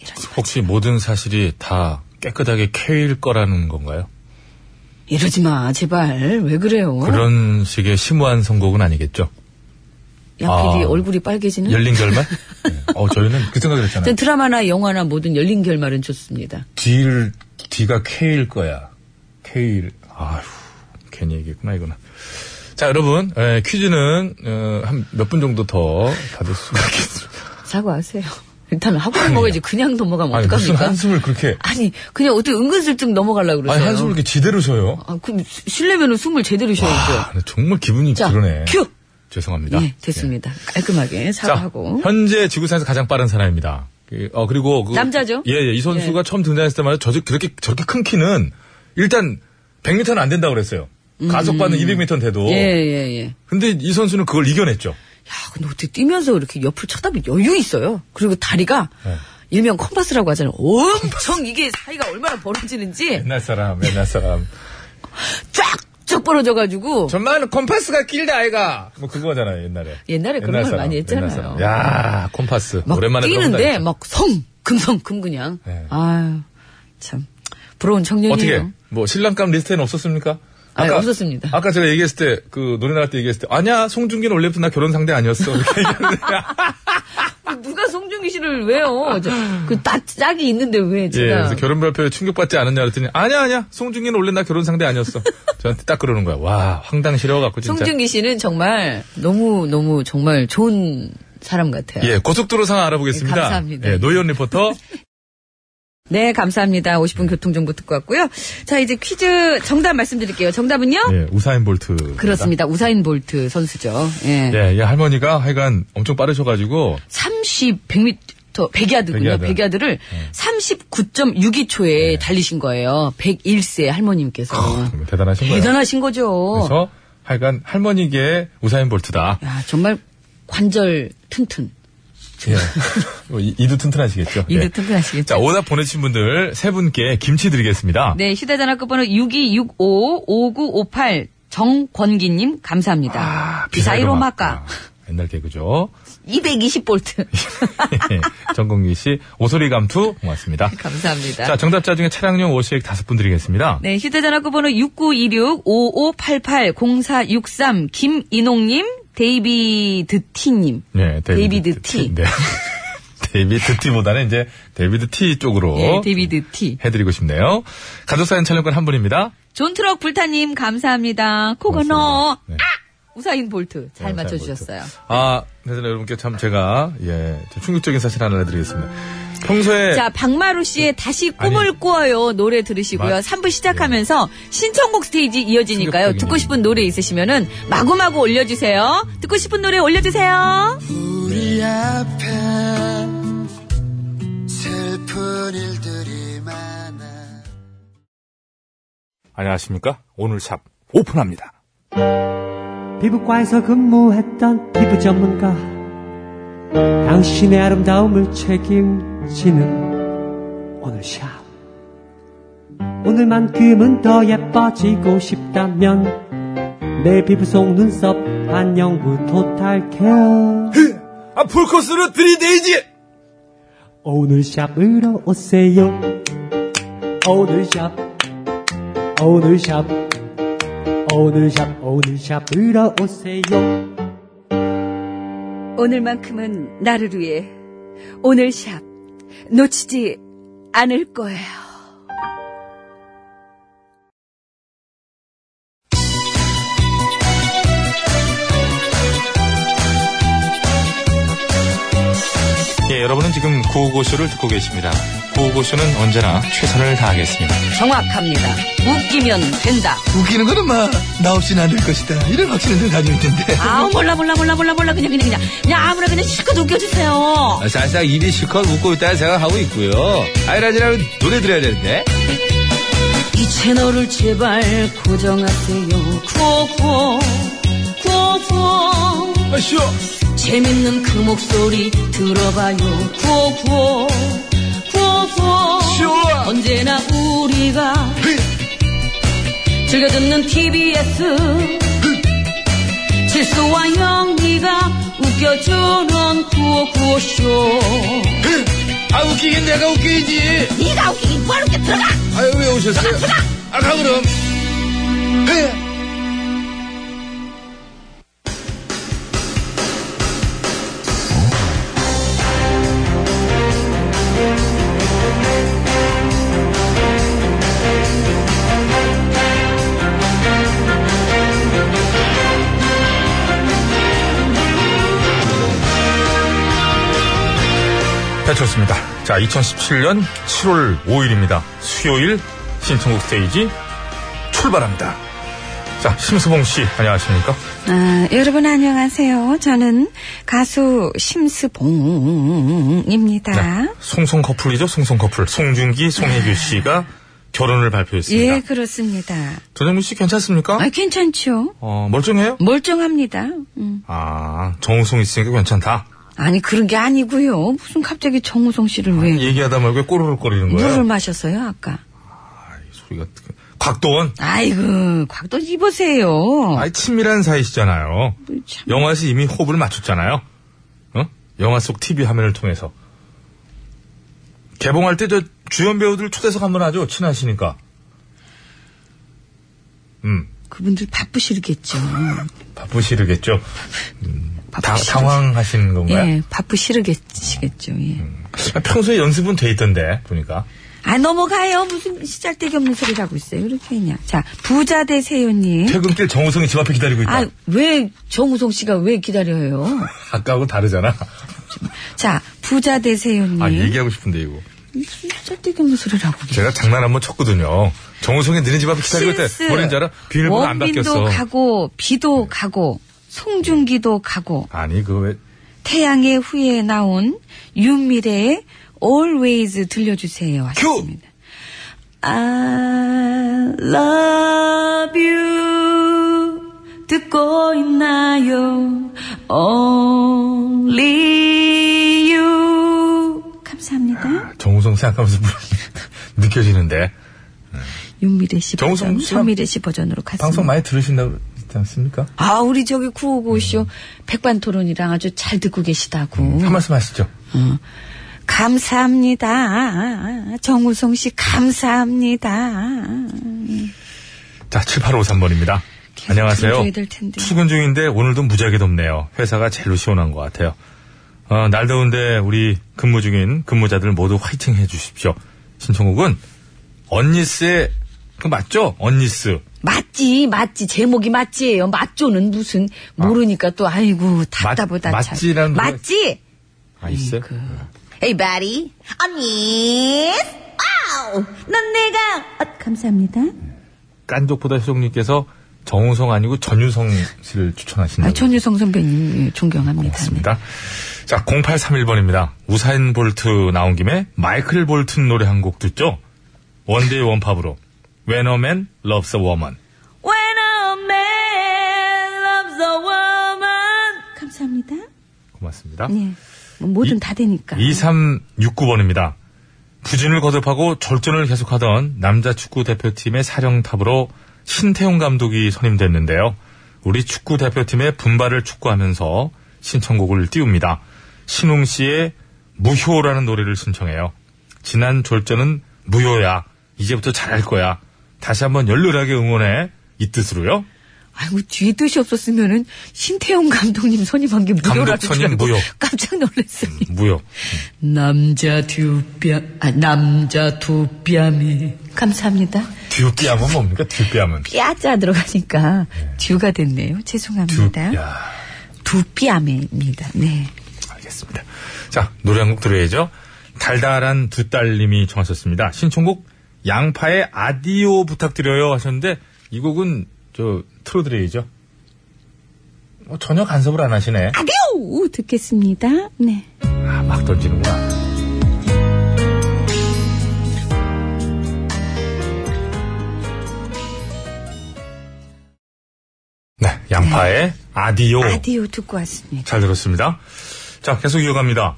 S2: 이러지 마.
S1: 혹시 모든 사실이 다 깨끗하게 K일 거라는 건가요?
S2: 이러지 마, 제발. 왜 그래요?
S1: 그런 식의 심오한 선곡은 아니겠죠?
S2: 양필이
S1: 아.
S2: 얼굴이 빨개지는?
S1: 열린 결말? 네. 어, 저희는 그 생각을 했잖아요.
S2: 전 드라마나 영화나 뭐든 열린 결말은 좋습니다.
S1: D를, D가 K일 거야. K일. 아휴, 괜히 얘기했구나, 이거는. 자, 여러분, 에, 퀴즈는, 어, 한 몇 분 정도 더 받을 수가 있겠습니다.
S2: 사과하세요. 일단 하고 먹어야지 그냥 넘어가면
S1: 아니, 무슨
S2: 어떡합니까?
S1: 한숨을 그렇게.
S2: 아니, 그냥 어떻게 은근슬쩍 넘어가려고 그러세요?
S1: 아니, 한숨을 이렇게 지대로 쉬어요.
S2: 아, 그럼 수- 실례면은 숨을 제대로 쉬어야죠.
S1: 아, 근데 정말 기분이
S2: 자,
S1: 그러네.
S2: 큐!
S1: 죄송합니다.
S2: 예, 됐습니다. 깔끔하게 사과하고.
S1: 현재 지구상에서 가장 빠른 사람입니다. 그, 어, 그리고. 그-
S2: 남자죠?
S1: 예, 예. 이 선수가 처음 등장했을 때마다 저, 그렇게, 저렇게 큰 키는 일단 100m는 안 된다고 그랬어요. 가속반은 200m는 돼도.
S2: 음. 예, 예, 예.
S1: 근데 이 선수는 그걸 이겨냈죠.
S2: 야, 근데 어떻게 뛰면서 이렇게 옆을 쳐다보면 여유 있어요. 그리고 다리가
S1: 네.
S2: 일명 컴파스라고 하잖아요. 엄청 이게 사이가 얼마나 벌어지는지
S1: 옛날 사람, 옛날 사람.
S2: 쫙쫙 벌어져가지고
S1: 전만 컴파스가 길다, 아이가. 뭐 그거잖아요, 옛날에.
S2: 옛날에 그런 말 많이
S1: 옛날
S2: 했잖아요.
S1: 사람. 야 컴파스.
S2: 막
S1: 오랜만에
S2: 뛰는데
S1: 들어본다,
S2: 막 성, 금성금 그냥.
S1: 네.
S2: 아유, 참. 부러운
S1: 이거.
S2: 청년이에요.
S1: 어떻게, 뭐, 신랑감 리스트에는 없었습니까?
S2: 아니, 없었습니다.
S1: 아까 제가 얘기했을 때, 그, 노래 나갈 때 얘기했을 때, 아니야, 송중기는 원래부터 나 결혼 상대 아니었어. 이렇게 얘기했는데.
S2: 아, 누가 송중기 씨를 왜요? 저, 그, 다 짝이 있는데 왜
S1: 예,
S2: 제가.
S1: 그래서 결혼 발표에 충격받지 않았냐 그랬더니, 아니야, 아니야, 송중기는 원래 나 결혼 상대 아니었어. 저한테 딱 그러는 거야. 와, 황당 싫어갖고, 진짜.
S2: 송중기 씨는 정말 너무너무 정말 좋은 사람 같아요.
S1: 예, 고속도로 상황 알아보겠습니다.
S2: 예, 감사합니다.
S1: 예, 노희원 리포터.
S2: 네, 감사합니다. 50분 교통정보 듣고 왔고요. 자, 이제 퀴즈 정답 말씀드릴게요. 정답은요?
S1: 예, 우사인 볼트.
S2: 그렇습니다. 우사인 볼트 선수죠. 예.
S1: 예, 이 할머니가 하여간 엄청 빠르셔가지고,
S2: 30, 100m, 100야드군요. 100야드.
S1: 100야드. 네.
S2: 를 39.62초에 달리신 거예요. 101세 할머님께서.
S1: 아, 정말 대단하신 거예요.
S2: 어. 대단하신 거죠.
S1: 그래서 하여간 할머니계 우사인 볼트다.
S2: 야, 정말 관절 튼튼.
S1: 예. 뭐 이- 이두 튼튼하시겠죠?
S2: 이도
S1: 예.
S2: 튼튼하시겠죠.
S1: 자, 오답 보내신 분들 세 분께 김치 드리겠습니다.
S2: 네, 휴대전화 끝번호 6265-5958 정권기님
S1: 아,
S2: 감사합니다. 아, 비사이로 마까
S1: 옛날 개그죠.
S2: 220볼트.
S1: 예. 정공기 씨, 오소리 감투 고맙습니다.
S2: 감사합니다.
S1: 자, 정답자 중에 차량용 월식 다섯 분 드리겠습니다.
S2: 네, 휴대전화 끝번호 6926-5588-0463 김인홍님, 데이비드 티님.
S1: 네,
S2: 데이비드 티.
S1: 네. 데이비드 T보다는 이제 데이비드 T 쪽으로
S2: 예, 데이비드 티.
S1: 해드리고 싶네요. 가족사진 촬영권 한 분입니다.
S2: 존트럭 불타님, 감사합니다. 어, 코고너.
S1: 고맙습니다. 네.
S2: 우사인 볼트 잘
S1: 네,
S2: 맞춰주셨어요.
S1: 아, 그래서 여러분께 참 제가, 예, 좀 충격적인 사실 하나 내드리겠습니다. 평소에.
S2: 자, 박마루 씨의 다시 꿈을 꾸어요 노래 들으시고요.
S1: 맞-
S2: 3부 시작하면서 신청곡 스테이지 이어지니까요.
S1: 충격적이네.
S2: 듣고 싶은 노래 있으시면은 마구마구 올려주세요. 듣고 싶은 노래 올려주세요.
S5: 우리 앞에 슬픈 일들이 많아
S10: 안녕하십니까? 오늘 샵 오픈합니다.
S11: 피부과에서 근무했던 피부 전문가 당신의 아름다움을 책임지는 오늘 샵 오늘만큼은 더 예뻐지고 싶다면 내 피부 속 눈썹 안녕부 토탈 케어
S10: 아, 풀코스로 들이대지!
S11: 오늘 샵으로 오세요 오늘 샵 오늘 샵 오늘 샵 오늘 샵으로 오세요
S2: 오늘만큼은 나를 위해 오늘 샵 놓치지 않을 거예요.
S1: 예, 여러분은 지금 구호고쇼를 듣고 계십니다. 구호고쇼는 언제나 최선을 다하겠습니다.
S2: 정확합니다. 웃기면 된다.
S9: 웃기는 거는 막 나 없이는 안 될 것이다. 이런 확신을 늘 가지고 있던데.
S2: 아우 몰라 몰라 몰라 몰라 몰라 그냥 그냥 그냥 그냥 아무나 그냥 실컷 웃겨주세요.
S6: 아, 살짝 입이 실컷 웃고 있다는 생각하고 있고요. 아이라지라면 노래 들어야 되는데.
S2: 이 채널을 제발 고정하세요. 구호구호, 구호구호.
S10: 아, 쉬어!
S2: 재밌는 그 목소리 들어봐요. 구호구호, 구호구호. 언제나 우리가 즐겨 듣는 TBS. 실수와 영리가 웃겨주는 구호구호쇼.
S6: 아, 웃기긴 내가 웃기지.
S2: 네가 웃기긴 뭘 웃겨 들어가!
S6: 아유, 왜 오셨어요? 아, 가, 그럼.
S1: 배철수입니다. 네, 자, 2017년 7월 5일입니다. 수요일 신청곡 스테이지 출발합니다. 자, 심수봉 씨, 안녕하십니까?
S2: 아, 여러분 안녕하세요. 저는 가수 심스봉입니다.
S1: 네.
S6: 네.
S1: 송송 커플이죠, 송송 커플. 송중기, 송혜교 씨가 결혼을 발표했습니다.
S2: 예, 그렇습니다.
S1: 전현무 씨 괜찮습니까?
S2: 아, 괜찮죠?
S1: 어, 멀쩡해요?
S2: 멀쩡합니다. 음.
S1: 아, 정우성 있으니까 괜찮다.
S2: 아니, 그런 게 아니고요. 무슨 갑자기 정우성 씨를 왜
S1: 얘기하다 말고 왜 꼬르륵거리는 거예요?
S2: 물을 마셨어요, 아까?
S1: 소리가 어떻게- 곽도원?
S2: 아이고, 곽도 입으세요.
S1: 아이, 친밀한 사이시잖아요.
S2: 참.
S1: 영화에서 이미 호흡을 맞췄잖아요. 어? 영화 속 TV 화면을 통해서. 개봉할 때 저 주연 배우들 초대석 한번 하죠. 친하시니까. 음,
S2: 그분들 바쁘시겠죠.
S1: 바쁘시겠죠. 다,
S2: 바쁘시겠죠.
S1: 당황하시는 건가요?
S2: 예, 바쁘시겠죠, 예.
S1: 아, 평소에 연습은 돼 있던데, 보니까.
S2: 아, 넘어가요. 무슨 시잘데기 없는 소리를 하고 있어요. 이렇게 했냐. 자, 부자 대 세요님.
S1: 퇴근길 정우성이 집 앞에 기다리고 있다.
S2: 예? 아, 왜 정우성 씨가 왜 기다려요?
S1: 아까하고 다르잖아.
S2: 자, 부자 되세요님.
S1: 아, 얘기하고 싶은데, 이거.
S2: 진짜 뜨거운 소리를 하고 계세요.
S1: 제가 장난 한번 쳤거든요. 정우성이 너네 집 앞에 기다리고
S2: 실스.
S1: 있다. 뭐라는 줄 알아? 비밀번호 안
S2: 원빈도
S1: 바뀌었어. 음.
S2: 가고 비도 가고 송중기도 가고
S1: 아니, 그거 왜.
S2: 태양의 후예에 나온 윤미래의 Always 들려주세요 하셨습니다. I love you 듣고 있나요 Only you
S1: 아,
S2: 감사합니다.
S1: 정우성 생각하면서 느껴지는데.
S2: 윤미래 씨
S1: 정우성
S2: 버전,
S1: 씨랑
S2: 현미래 씨 버전으로 갔습니다.
S1: 방송 많이 들으신다고 그랬지 않습니까?
S2: 아, 우리 저기 구호고쇼 백반 토론이랑 아주 잘 듣고 계시다고.
S1: 한 말씀 하시죠.
S2: 감사합니다. 정우성 씨, 감사합니다.
S1: 자, 7853번입니다.
S2: 계속
S1: 안녕하세요.
S2: 들어줘야 될 텐데.
S1: 출근 중인데 오늘도 무지하게 덥네요. 회사가 제일로 시원한 것 같아요. 어, 날 더운데 우리 근무 중인 근무자들 모두 화이팅 해주십시오. 신청곡은 언니스의 그 맞죠? 언니스
S2: 맞지, 맞지. 제목이 맞지예요. 맞죠는 무슨 모르니까 또 아이고 답답하다.
S1: 맞-
S2: 참.
S1: 맞지라는 노래-
S2: 맞지.
S1: 아, 있어요?
S2: 그 에이바디 언니. 와우. 넌 내가 어, 감사합니다.
S1: 깐족보다 효정님께서 정우성 아니고 전유성 씨를 추천하신다고.
S2: 아, 전유성 선배님 예, 존경합니다.
S1: 고맙습니다. 자, 0831번입니다. 우사인 볼트 나온 김에 마이클 볼튼 노래 한 곡 듣죠? 원데이 원팝으로. When a man loves a woman.
S2: When a man loves a woman. 감사합니다.
S1: 고맙습니다.
S2: 예. 뭐 뭐든 다 되니까.
S1: 2369번입니다. 부진을 거듭하고 절전을 계속하던 남자 축구 대표팀의 사령탑으로 신태용 감독이 선임됐는데요. 우리 축구 대표팀의 분발을 촉구하면서 신청곡을 띄웁니다. 신웅 씨의 무효라는 노래를 신청해요. 지난 졸전은 무효야. 이제부터 잘할 거야. 다시 한번 열렬하게 응원해. 이 뜻으로요.
S2: 아이고 뒤에 뜻이 없었으면은 신태용 감독님 선임한 게 무효라는
S1: 감독 선임
S2: 줄 알고
S1: 무효.
S2: 깜짝 놀랐어요.
S1: 무효.
S2: 남자 두 뺨, 아, 남자 두 뺨이. 감사합니다.
S1: 듀비함은 뭡니까? 듀비함은.
S2: 뼈자 들어가니까 듀가 됐네요. 죄송합니다.
S1: 듀야.
S2: 두 뺨입니다. 네.
S1: 알겠습니다. 자, 노래 한 곡 들어야죠. 달달한 두 딸님이 청하셨습니다. 신청곡 양파의 아디오 부탁드려요 하셨는데 이 곡은 저 틀어드려야죠. 어, 전혀 간섭을 안 하시네.
S2: 아디오! 듣겠습니다. 네.
S1: 아, 막 던지는구나. 네, 양파의 아디오.
S2: 아디오 듣고 왔습니다.
S1: 잘 들었습니다. 자, 계속 이어갑니다.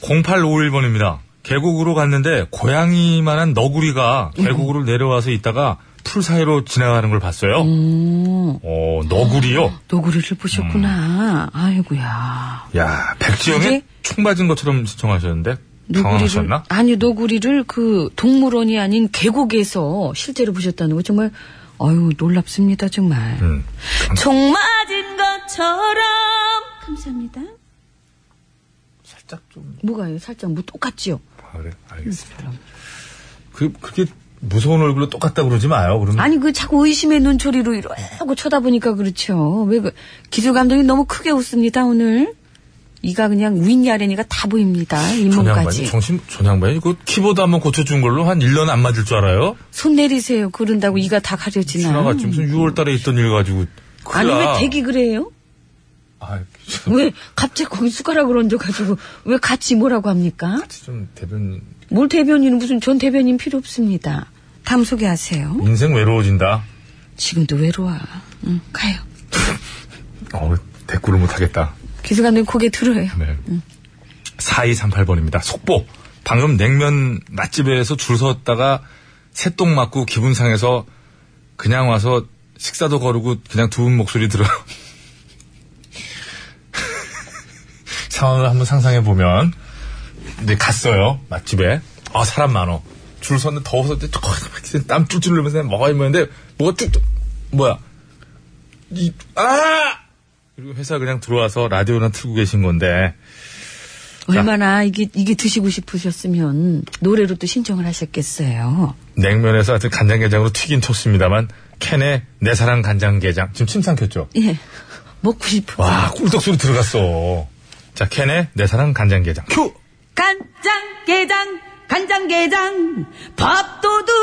S1: 0851번입니다. 계곡으로 갔는데 고양이만한 너구리가 계곡으로 내려와서 있다가 풀 사이로 지나가는 걸 봤어요.
S2: 음.
S1: 어, 너구리요?
S2: 노구리를 보셨구나. 아이고야.
S1: 야, 백지영의
S2: 이게?
S1: 총 맞은 것처럼 시청하셨는데 당황하셨나?
S2: 아니, 노구리를 그 동물원이 아닌 계곡에서 실제로 보셨다는 거 정말, 아유, 놀랍습니다, 정말.
S1: 음.
S2: 총 맞은 것처럼. 감사합니다.
S1: 살짝 좀
S2: 뭐가요? 살짝 뭐 똑같지요?
S1: 아, 그래. 알겠습니다.
S2: 음.
S1: 그 그게 무서운 얼굴로 똑같다 고 그러지 마요. 그러면
S2: 아니 그 자꾸 의심의 눈초리로 이러고 쳐다보니까 그렇죠. 왜 그 기술 감독이 너무 크게 웃습니다 오늘. 이가 그냥 윗니 아래니가 다 보입니다.
S1: 전양반이
S2: 잇몸까지.
S1: 정신 전양반이 그 키보드 한번 고쳐준 걸로 한 1년 안 맞을 줄 알아요?
S2: 손 내리세요. 그런다고 이가 다 가려지나.
S1: 지나갔지 무슨 6월달에 있던 일 가지고 큰일
S2: 네. 아니
S1: 나.
S2: 왜 대기 그래요?
S1: 아, 좀,
S2: 왜 갑자기 거기 숟가락을 얹어가지고 왜 같이 뭐라고 합니까?
S1: 좀 대변
S2: 뭘 대변인은 무슨 전 대변인 필요 없습니다. 다음 소개하세요.
S1: 인생 외로워진다.
S2: 지금도 외로워. 응, 가요.
S1: 어, 대꾸를 못하겠다.
S2: 기술 감독님 고개 들어요.
S1: 네. 4238번입니다. 속보. 방금 냉면 맛집에서 줄 섰다가 새똥 맞고 기분 상해서 그냥 와서 식사도 거르고 그냥 두 분 목소리 들어요. 상황을 한번 상상해 보면 네, 갔어요. 맛집에. 아, 사람 많어. 줄 섰는데 더워서 땀 쫄쫄 흘리면서 먹어야 되는데 뭐가 쭉쭉 뭐야? 이 아! 그리고 회사 그냥 들어와서 라디오나 틀고 계신 건데
S2: 얼마나 이게 이게 드시고 싶으셨으면 노래로 또 신청을 하셨겠어요.
S1: 냉면에서 하여튼 간장게장으로 튀긴 쳤습니다만 캔에 내 사랑 간장게장 지금 침 삼켰죠?
S2: 예. 먹고 싶어.
S1: 와 꿀떡 소리 들어갔어. 자 캔에 내 사랑 간장게장. 큐.
S2: 간장게장, 간장게장, 밥도둑,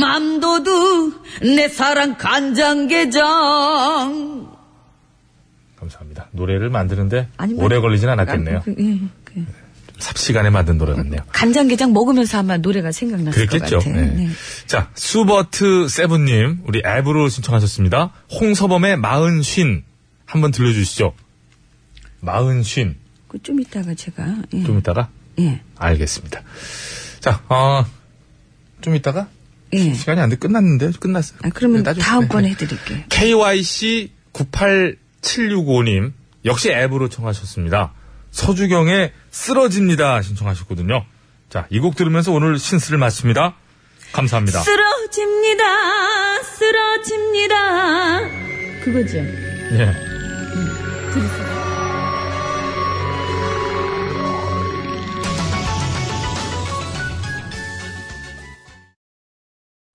S2: 맘도둑, 내 사랑 간장게장.
S1: 감사합니다. 노래를 만드는데
S2: 아니, 뭐-
S1: 오래 걸리진 않았겠네요.
S2: 아, 그, 예, 그.
S1: 삽시간에 만든 노래 같네요.
S2: 간장게장 먹으면서 아마 노래가 생각났을
S1: 그랬겠죠.
S2: 음, 것 같아요.
S1: 네. 자 수버트 세븐님 우리 앱으로 신청하셨습니다. 홍서범의 마흔쉰 한번 들려주시죠. 마흔쉰
S2: 그좀 이따가 제가 예.
S1: 좀 이따가
S2: 예.
S1: 알겠습니다. 자, 어, 좀 이따가
S2: 예.
S1: 시간이 안 돼. 끝났는데 끝났어요.
S2: 아, 그러면
S1: 나중에-
S2: 다음번에
S1: 네.
S2: 해드릴게요.
S1: KYC 98765님 역시 앱으로 청하셨습니다. 서주경의 쓰러집니다 신청하셨거든요. 자, 이 곡 들으면서 오늘 신스를 마칩니다. 감사합니다.
S2: 쓰러집니다, 쓰러집니다. 그거죠.
S1: 예.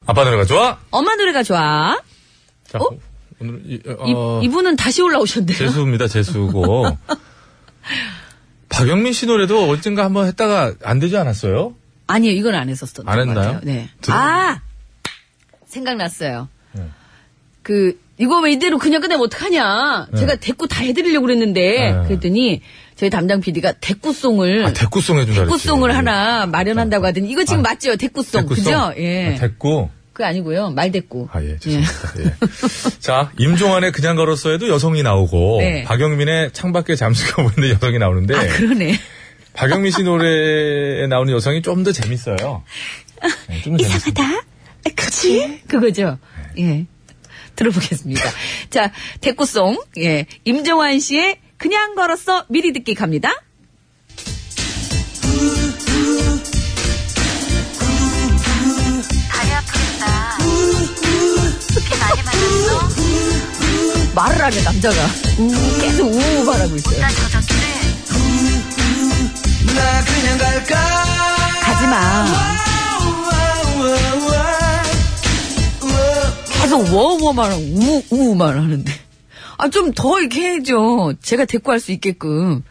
S1: 아빠 노래가 좋아?
S2: 엄마 노래가 좋아.
S1: 자,
S2: 어?
S1: 오늘 이,
S2: 이,
S1: 어,
S2: 이분은 다시 올라오셨네요.
S1: 재수입니다, 재수고. 박영민 씨 노래도 언젠가 한번 했다가 안 되지 않았어요?
S2: 아니요, 이건 안 했었던
S1: 안
S2: 것
S1: 했나요?
S2: 같아요. 네.
S1: 들어- 네.
S2: 아 생각났어요. 그 이거 왜 이대로 그냥 끝내면 어떡하냐? 제가 대꾸 다 해드리려고 그랬는데
S1: 네.
S2: 그랬더니 저희 담당 PD가 대꾸송을
S1: 아, 대꾸송 해준다
S2: 네. 대꾸송을 하나 마련한다고 하더니 이거 지금
S1: 예. 아,
S2: 맞죠? 대꾸송,
S1: 대꾸송?
S2: 그죠?
S1: 아,
S2: 예.
S1: 대꾸.
S2: 그게 아니고요. 말대꾸.
S1: 아, 예, 죄송합니다. 예. 자, 임종환의 그냥 걸었어에도 여성이 나오고,
S2: 네.
S1: 박영민의 창밖에 잠시 가보는데 여성이 나오는데,
S2: 아 그러네.
S1: 박영민 씨 노래에 나오는 여성이 좀 더 재밌어요. 네, 좀더 재밌어요.
S2: 이상하다. 아, 그치? 그거죠. 예. 들어보겠습니다. 자, 대꾸송. 예. 임정환 씨의 그냥 걸었어 미리 듣기 갑니다. 말을 하네 남자가 우, 계속 우우 바라고 있어요. 가지 마. 계속 워워만 하고 우우, 우우만 하는데. 아, 좀 더 이렇게 해야죠. 제가 대꾸할 수 있게끔.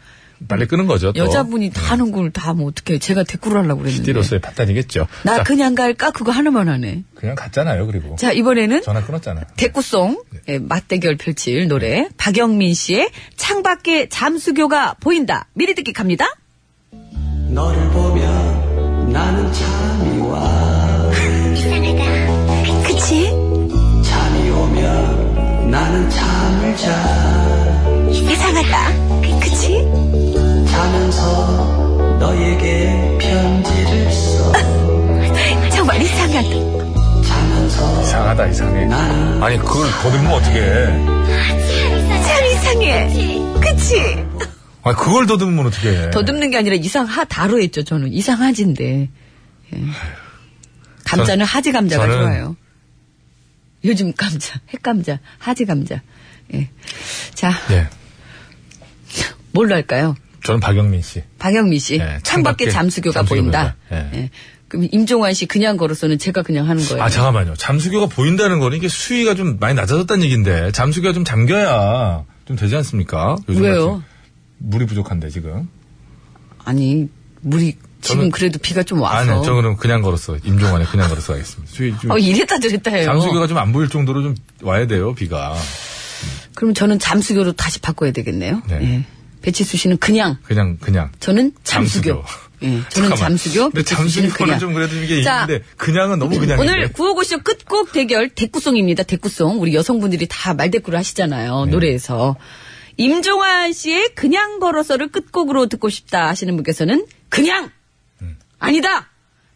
S1: 빨리 끄는 거죠, 또.
S2: 여자분이 다 하는 걸 다 뭐 어떻게 제가 대꾸를 하려고 그랬는데.
S1: PD로서의 판단이겠죠.
S2: 나
S1: 자,
S2: 그냥 갈까? 그거 하나만 하네.
S1: 그냥 갔잖아요, 그리고.
S2: 자, 이번에는
S1: 전화 네. 끊었잖아요.
S2: 대꾸송 예, 맞대결 펼칠 노래 박영민 씨의 창밖에 잠수교가 보인다. 미리 듣기 갑니다.
S7: 너를 보면 나는 잠이 와
S12: 그치?
S7: 잠이 오면 나는 잠을 자
S12: 이상하다. 그치?
S7: 자면서 너에게 편지를 써
S12: 정말 이상하다.
S7: 자면서
S1: 이상하다, 이상해. 아니, 그걸 거들면 어떡해.
S12: 참 이상해. 그치?
S1: 아, 그걸 더듬으면 어떡해.
S2: 더듬는 게 아니라 이상하다로 했죠. 저는 이상하지인데. 예. 감자는
S1: 전-
S2: 하지 감자가
S1: 저는-
S2: 좋아요. 요즘 감자, 핵감자, 하지 감자. 예. 자,
S1: 예.
S2: 뭘로 할까요?
S1: 저는 박영민 씨.
S2: 박영민 씨.
S1: 예,
S2: 창밖에
S1: 창밖에
S2: 잠수교가
S1: 잠수교
S2: 보인다.
S1: 보인다. 예.
S2: 예. 그럼 임종환 씨 그냥 걸어서는 제가 그냥 하는 거예요.
S1: 아, 잠깐만요. 잠수교가 보인다는 거는 이게 수위가 좀 많이 낮아졌다는 얘기인데, 잠수교가 좀 잠겨야 좀 되지 않습니까? 요즘
S2: 왜요?
S1: 같은- 물이 부족한데, 지금.
S2: 아니, 물이 지금
S1: 저는-
S2: 그래도 비가 좀
S1: 아,
S2: 와서.
S1: 네. 저 그럼 그냥 걸었어. 임종환에 그냥 걸었어 하겠습니다. 수위 좀.
S2: 어, 이랬다 저랬다 해요.
S1: 잠수교가 좀 안 보일 정도로 좀 와야 돼요, 비가.
S2: 그럼 저는 잠수교로 다시 바꿔야 되겠네요.
S1: 네.
S2: 예. 배치수 씨는 그냥,
S1: 그냥, 그냥.
S2: 저는 잠수교. 예, 저는
S1: 잠깐만.
S2: 잠수교.
S1: 근데
S2: 배치수 씨는
S1: 잠수교는
S2: 그냥.
S1: 좀 그래도 이게
S2: 자,
S1: 있는데, 네. 그냥은 너무 그냥.
S2: 오늘 구호고쇼 끝곡 대결 대꾸송입니다. 대꾸송. 우리 여성분들이 다 말대꾸를 하시잖아요.
S1: 네.
S2: 노래에서. 임종환 씨의 그냥 걸어서를 끝곡으로 듣고 싶다 하시는 분께서는 그냥
S1: 음.
S2: 아니다.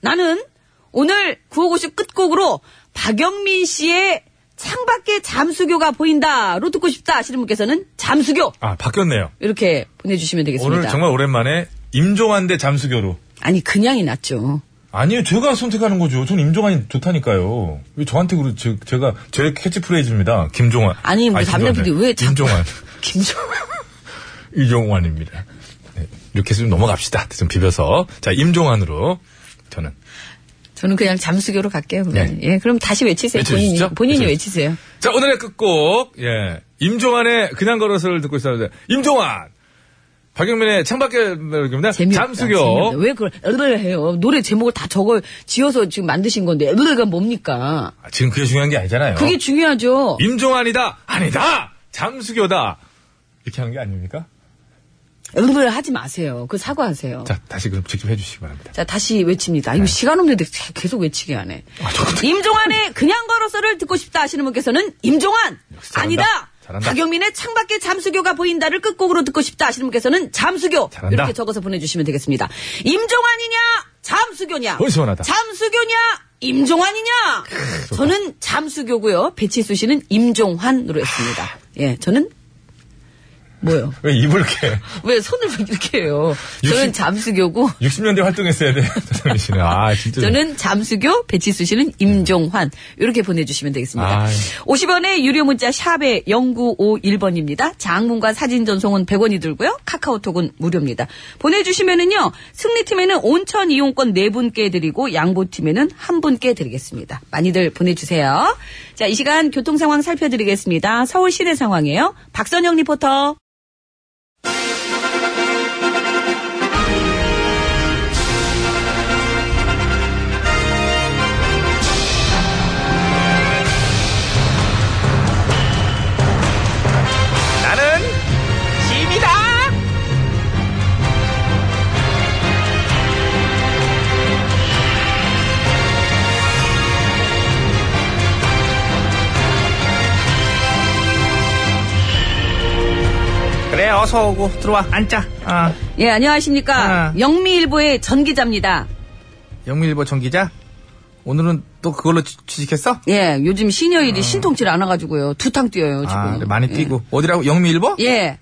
S2: 나는 오늘 구호고쇼 끝곡으로 박영민 씨의 창밖에 잠수교가 보인다로 듣고 싶다 하시는 분께서는 잠수교
S1: 아, 바뀌었네요.
S2: 이렇게 보내주시면 되겠습니다.
S1: 오늘 정말 오랜만에 임종환 대 잠수교로.
S2: 아니 그냥이 낫죠.
S1: 아니요, 제가 선택하는 거죠. 전 임종환이 좋다니까요. 왜 저한테 그러, 제, 제가, 제 캐치프레이즈입니다. 김종환.
S2: 아니 우리 담당 PD 왜 자꾸
S1: 김종환.
S2: 김종환
S1: 이종환입니다. 네, 이렇게 해서 좀 넘어갑시다. 좀 비벼서. 자, 임종환으로. 저는.
S2: 저는 그냥 잠수교로 갈게요. 그러면.
S1: 네.
S2: 예, 그럼 다시 외치세요.
S1: 외쳐주시죠.
S2: 본인이, 본인이
S1: 외쳐주시죠.
S2: 외치세요.
S1: 자, 오늘의 끝곡. 예. 임종환의 그냥 걸어서를 듣고 있었는데. 임종환! 박영민의 창밖에, 말입니다.
S2: 재미없다.
S1: 잠수교.
S2: 재미없다. 왜 그걸 으르르 해요? 노래 제목을 다 저걸 지어서 지금 만드신 건데 으르르가 뭡니까?
S1: 아, 지금 그게 중요한 게 아니잖아요.
S2: 그게 중요하죠.
S1: 임종환이다! 아니다! 잠수교다! 이렇게 하는 게 아닙니까?
S2: 으르르 하지 마세요. 그 사과하세요. 자,
S1: 자, 다시 그럼 직접 해주시기 바랍니다.
S2: 다시 외칩니다. 이거 시간 없는데 계속 외치게 하네.
S1: 네. 아, 저 근데-
S2: 임종환의 그냥 걸어서를 듣고 싶다 하시는 분께서는 임종환
S1: 역시 잘한다.
S2: 아니다.
S1: 잘한다.
S2: 박영민의 창밖에 잠수교가 보인다를 끝곡으로 듣고 싶다 하시는 분께서는 잠수교
S1: 잘한다.
S2: 이렇게 적어서 보내주시면 되겠습니다. 임종환이냐 잠수교냐?
S1: 어이, 시원하다.
S2: 잠수교냐? 임종환이냐? 저는 잠수교고요. 배치수 씨는 임종환으로 했습니다. 예, 저는 뭐요?
S1: 왜 입을 이렇게
S2: 왜 손을 왜 이렇게 해요? 저는
S1: 육십-
S2: 잠수교고
S1: 60년대 활동했어야 돼. 서정민 씨는. 아, 진짜.
S2: 저는 잠수교, 배치수 씨는 임종환. 이렇게 보내주시면 되겠습니다.
S1: 아.
S2: 50원의 유료 문자 샵에 0951번입니다. 장문과 사진 전송은 100원이 들고요. 카카오톡은 무료입니다. 보내주시면은요, 승리팀에는 온천 네 이용권 4분께 드리고, 양보팀에는 1분께 드리겠습니다. 많이들 보내주세요. 자, 이 시간 교통 상황 살펴드리겠습니다. 서울 시내 상황이에요. 박선영 리포터.
S1: 나는 짐이다. 그래 어서 오고 들어와 앉자. 아
S2: 예, 안녕하십니까.
S1: 아.
S2: 영미일보의 전 기자입니다.
S1: 영미일보 전 기자. 오늘은 또 그걸로 취- 취직했어?
S2: 예, 요즘 시녀일이 신통질 안 와가지고요. 두탕 뛰어요, 지금.
S1: 아, 그래, 많이 뛰고 어디라고 영미일보?
S2: 예,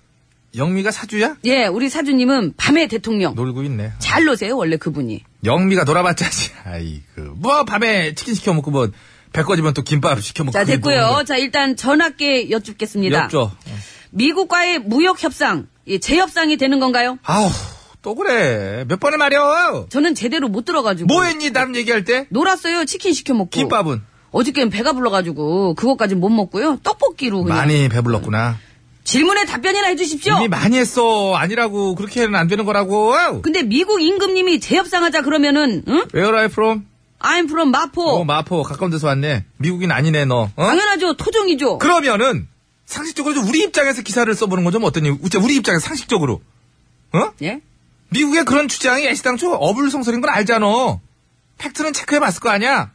S1: 영미가 사주야?
S2: 예, 우리 사주님은 밤의 대통령.
S1: 놀고 있네.
S2: 잘 노세요, 원래 그분이.
S1: 영미가 놀아봤자지. 아이고 뭐 밤에 치킨 시켜 먹고 뭐 백거지면 또 김밥 시켜 먹고.
S2: 자,
S1: 그게
S2: 됐고요.
S1: 뭐
S2: 자, 일단 전학계 여쭙겠습니다.
S1: 엽죠.
S2: 미국과의 무역 협상, 이 재협상이 되는 건가요?
S1: 아우 또 그래 몇 번을 말여.
S2: 저는 제대로 못 들어가지고.
S1: 뭐했니 남 얘기할 때?
S2: 놀았어요, 치킨 시켜먹고.
S1: 김밥은
S2: 어저께는 배가 불러가지고, 그것까지 못 먹고요. 떡볶이로 그냥.
S1: 많이 배불렀구나.
S2: 질문에 답변이나 해주십시오.
S1: 이미 많이 했어 아니라고 그렇게는 안 되는 거라고.
S2: 근데 미국 임금님이 재협상하자 그러면은, 응?
S1: Where are you from?
S2: I'm from 마포.
S1: 어, 마포 가까운 데서 왔네. 미국인 아니네 너. 어?
S2: 당연하죠, 토종이죠.
S1: 그러면은 상식적으로 좀 우리 입장에서 기사를 써보는 건 좀 어떠니? 우째 우리 입장에서 상식적으로. 어?
S2: 예?
S1: 미국의 그런 주장이 애시당초 어불성설인 건 알잖아. 팩트는 체크해봤을 거 아니야.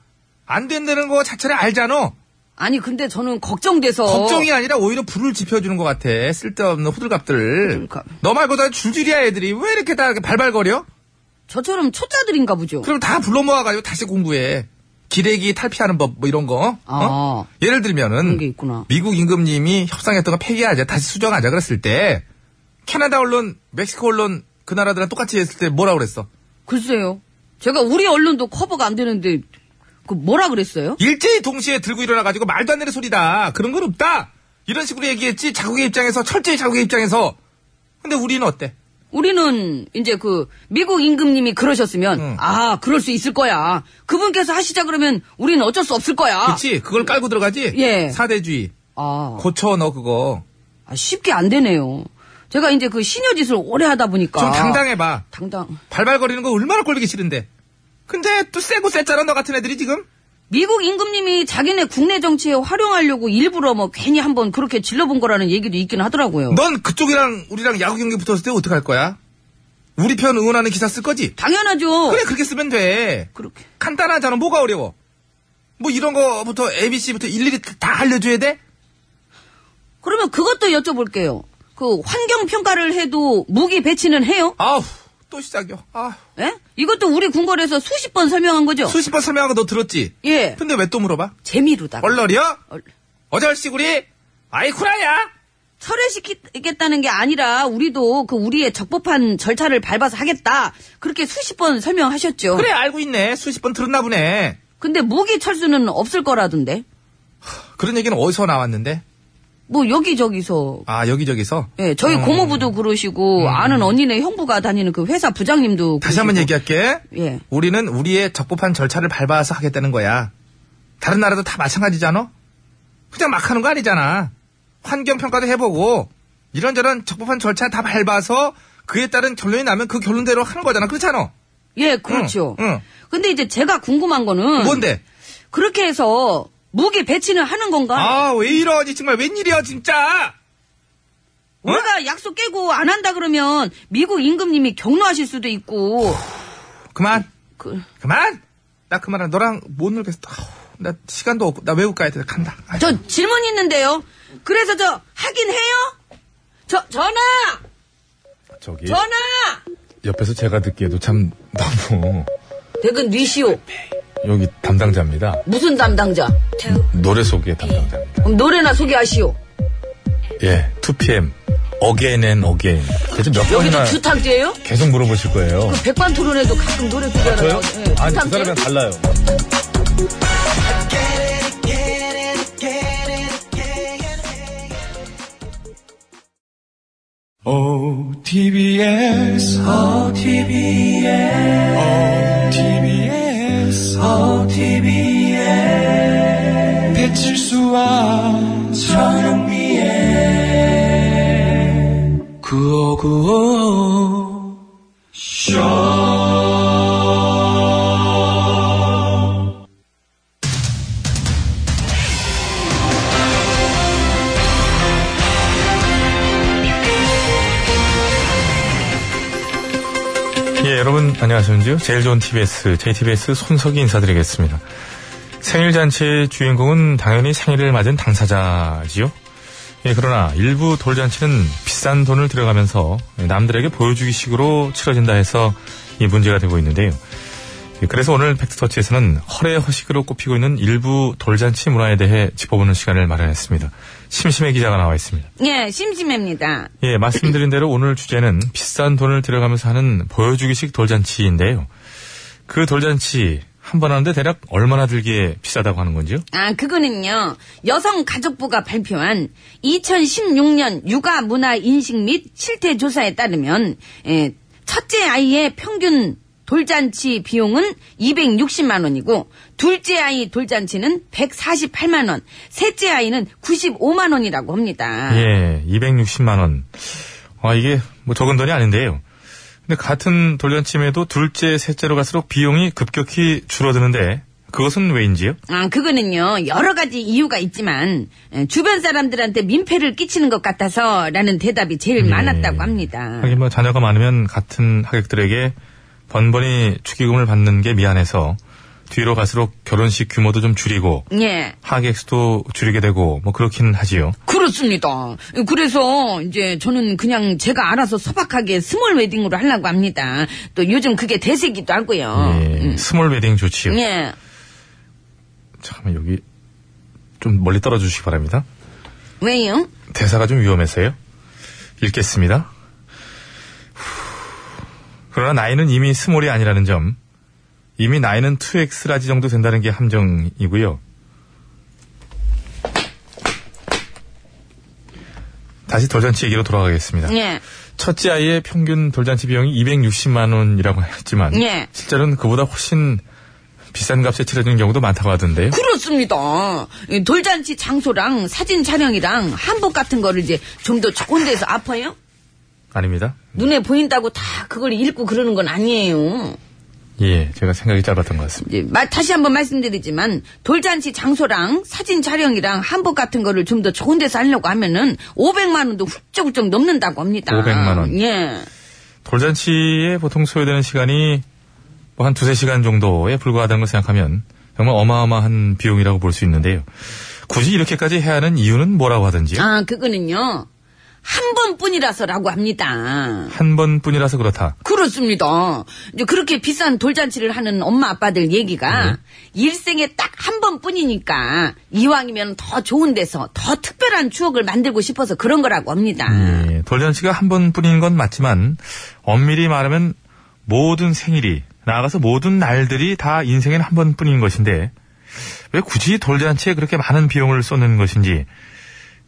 S1: 안 된다는 거 자체를 알잖아.
S2: 아니, 근데 저는 걱정돼서.
S1: 걱정이 아니라 오히려 불을 지펴주는 것 같아. 쓸데없는 호들갑들.
S2: 호들갑.
S1: 너 말고 다 줄줄이야 애들이. 왜 이렇게 다 발발거려?
S2: 저처럼 초짜들인가 보죠.
S1: 그럼 다 불러 모아가지고 다시 공부해. 기대기 탈피하는 법 뭐 이런 거. 어?
S2: 아.
S1: 예를 들면은
S2: 그런 게 있구나.
S1: 미국 임금님이 협상했던 거 폐기하자 다시 수정하자 그랬을 때 캐나다 언론, 멕시코 언론 그 나라들랑 똑같이 했을 때 뭐라 그랬어?
S2: 글쎄요. 제가 우리 언론도 커버가 안 되는데, 그 뭐라 그랬어요?
S1: 일제히 동시에 들고 일어나가지고 말도 안 되는 소리다. 그런 건 없다. 이런 식으로 얘기했지. 자국의 입장에서, 철저히 자국의 입장에서. 근데 우리는 어때?
S2: 우리는 이제 그 미국 임금님이 그러셨으면 아 그럴 수 있을 거야. 그분께서 하시자 그러면 우리는 어쩔 수 없을 거야.
S1: 그치? 그걸 깔고 들어가지?
S2: 아. 예.
S1: 사대주의.
S2: 아,
S1: 고쳐, 너 그거.
S2: 아, 쉽게 안 되네요. 제가 이제 그 시녀짓을 오래 하다 보니까
S1: 좀 당당해봐.
S2: 당당.
S1: 발발거리는 거 얼마나 꼴보기 싫은데. 근데 또 세고 쎘잖아, 너 같은 애들이 지금.
S2: 미국 임금님이 자기네 국내 정치에 활용하려고 일부러 뭐 괜히 한번 그렇게 질러본 거라는 얘기도 있긴 하더라고요.
S1: 넌 그쪽이랑 우리랑 야구 경기 붙었을 때 어떡할 거야? 우리 편 응원하는 기사 쓸 거지?
S2: 당연하죠.
S1: 그래, 그렇게 쓰면 돼.
S2: 그렇게.
S1: 간단하잖아. 뭐가 어려워? 뭐 이런 거부터 ABC부터 일일이 다 알려줘야 돼?
S2: 그러면 그것도 여쭤볼게요. 그 환경 평가를 해도 무기 배치는 해요?
S1: 아우 또 시작이요. 아
S2: 예? 이것도 우리 궁궐에서 수십 번 설명한 거죠?
S1: 수십 번 설명한 거 너 들었지?
S2: 어. 예.
S1: 근데 왜 또 물어봐?
S2: 재미로다가
S1: 얼러리요?
S2: 얼-
S1: 어절시구리? 아이쿠라야?
S2: 철회시키겠다는 게 아니라 우리도 그 우리의 적법한 절차를 밟아서 하겠다 그렇게 수십 번 설명하셨죠.
S1: 그래 알고 있네. 수십 번 들었나 보네.
S2: 근데 무기 철수는 없을 거라던데.
S1: 그런 얘기는 어디서 나왔는데?
S2: 뭐 여기저기서
S1: 아 여기저기서?
S2: 예, 저희 고모부도 그러시고 아는 언니네 형부가 다니는 그 회사 부장님도
S1: 음. 다시
S2: 그러시고.
S1: 한번 얘기할게.
S2: 예.
S1: 우리는 우리의 적법한 절차를 밟아서 하겠다는 거야. 다른 나라도 다 마찬가지잖아? 그냥 막 하는 거 아니잖아. 환경평가도 해보고, 이런저런 적법한 절차 다 밟아서 그에 따른 결론이 나면 그 결론대로 하는 거잖아. 그렇잖아?
S2: 예, 그렇죠.
S1: 응, 응.
S2: 근데 이제 제가 궁금한 거는
S1: 음, 뭔데?
S2: 그렇게 해서 무기 배치는 하는 건가?
S1: 아, 왜 이러니? 정말 웬일이야, 진짜!
S2: 우리가 약속 깨고 안 한다 그러면 미국 임금님이 경로하실 수도 있고
S1: 그만,
S2: 그
S1: 그만! 나 그만해. 너랑 못 놀겠어. 아우, 나 시간도 없고, 나 외국 가야 돼. 간다. 아이,
S2: 저 질문 있는데요. 그래서 저 하긴 해요? 저 전화
S13: 저기
S2: 전화
S13: 옆에서 제가 듣기에도 참 너무
S2: 대근 뉘시오
S13: 여기 담당자입니다.
S2: 무슨 담당자?
S13: 노래 소개 담당자입니다.
S2: 그럼 노래나 소개하시오.
S13: 예, 2PM Again and Again. 대체 몇
S2: 여기도
S13: 번이나
S2: 주탕제예요?
S13: 계속 물어보실 거예요.
S2: 그 백반 토론에도 가끔 노래 소개하라고.
S13: 저요?
S2: 하죠.
S13: 아니
S2: 예,
S13: 두
S2: 주탕제?
S13: 사람이랑 달라요.
S7: OTBS, OTBS, 어, OTBS, OTBS. 실수와 저녁미에 구호구호
S1: 예, 여러분 안녕하십니까? 제일 좋은 TBS, JTBS 손석희 인사드리겠습니다. 생일 잔치의 주인공은 당연히 생일을 맞은 당사자지요. 예, 그러나 일부 돌잔치는 비싼 돈을 들여가면서 남들에게 보여주기식으로 치러진다 해서 이 문제가 되고 있는데요. 예, 그래서 오늘 팩트터치에서는 허례 허식으로 꼽히고 있는 일부 돌잔치 문화에 대해 짚어보는 시간을 마련했습니다. 심심해 기자가 나와 있습니다.
S2: 예, 심심합니다.
S1: 예, 말씀드린 대로 오늘 주제는 비싼 돈을 들여가면서 하는 보여주기식 돌잔치인데요. 그 돌잔치 한 번 하는데 대략 얼마나 들기에 비싸다고 하는 건지요?
S2: 아, 그거는요. 여성가족부가 발표한 2016년 육아 문화 인식 및 실태 조사에 따르면 예, 첫째 아이의 평균 돌잔치 비용은 260만 원이고 둘째 아이 돌잔치는 148만 원, 셋째 아이는 95만 원이라고 합니다.
S1: 예, 260만 원. 아, 이게 뭐 적은 돈이 아닌데요. 근데 같은 돌잔치임에도 둘째, 셋째로 갈수록 비용이 급격히 줄어드는데 그것은 왜인지요?
S2: 아, 그거는요, 여러 가지 이유가 있지만, 에, 주변 사람들한테 민폐를 끼치는 것 같아서, 라는 대답이 제일
S1: 예.
S2: 많았다고 합니다.
S1: 하긴 뭐 자녀가 많으면 같은 하객들에게 번번이 축의금을 받는 게 미안해서 뒤로 갈수록 결혼식 규모도 좀 줄이고
S2: 예,
S1: 하객 수도 줄이게 되고 뭐 그렇긴 하지요.
S2: 그렇습니다. 그래서, 이제, 저는 그냥 제가 알아서 소박하게 스몰 웨딩으로 하려고 합니다. 또 요즘 그게 대세기도 하고요.
S1: 예,
S2: 음.
S1: 스몰 웨딩 좋지요.
S2: 예.
S1: 잠깐만 여기 좀 멀리 떨어져 주시기 바랍니다.
S2: 왜요?
S1: 대사가 좀 위험해서요. 읽겠습니다. 그러나 나이는 이미 스몰이 아니라는 점. 이미 나이는 2X라지 정도 된다는 게 함정이고요. 다시 돌잔치 얘기로 돌아가겠습니다.
S2: 예.
S1: 첫째 아이의 평균 돌잔치 비용이 260만 원이라고 했지만
S2: 예.
S1: 실제로는 그보다 훨씬 비싼 값에 치러지는 경우도 많다고 하던데요.
S2: 그렇습니다. 이 돌잔치 장소랑 사진 촬영이랑 한복 같은 거를 이제 좀 더 좋은 데서 아파요?
S1: 아닙니다.
S2: 눈에 보인다고 다 그걸 읽고 그러는 건 아니에요.
S1: 예, 제가 생각이 짧았던 것 같습니다.
S2: 이제 예, 마- 다시 한번 말씀드리지만 돌잔치 장소랑 사진 촬영이랑 한복 같은 거를 좀 더 좋은 데서 하려고 하면은 500만 원도 훌쩍훌쩍 넘는다고 합니다.
S1: 500만 원.
S2: 예.
S1: 돌잔치에 보통 소요되는 시간이 뭐 한 두세 시간 정도에 불과하다는 걸 생각하면 정말 어마어마한 비용이라고 볼 수 있는데요. 굳이 이렇게까지 해야 하는 이유는 뭐라고 하든지
S2: 아, 그거는요. 한 번뿐이라서라고 합니다.
S1: 한 번뿐이라서 그렇다.
S2: 그렇습니다. 이제 그렇게 비싼 돌잔치를 하는 엄마 아빠들 얘기가
S1: 네.
S2: 일생에 딱 한 번뿐이니까 이왕이면 더 좋은 데서 더 특별한 추억을 만들고 싶어서 그런 거라고 합니다.
S1: 예, 돌잔치가 한 번뿐인 건 맞지만 엄밀히 말하면 모든 생일이 나아가서 모든 날들이 다 인생엔 한 번뿐인 것인데 왜 굳이 돌잔치에 그렇게 많은 비용을 쏟는 것인지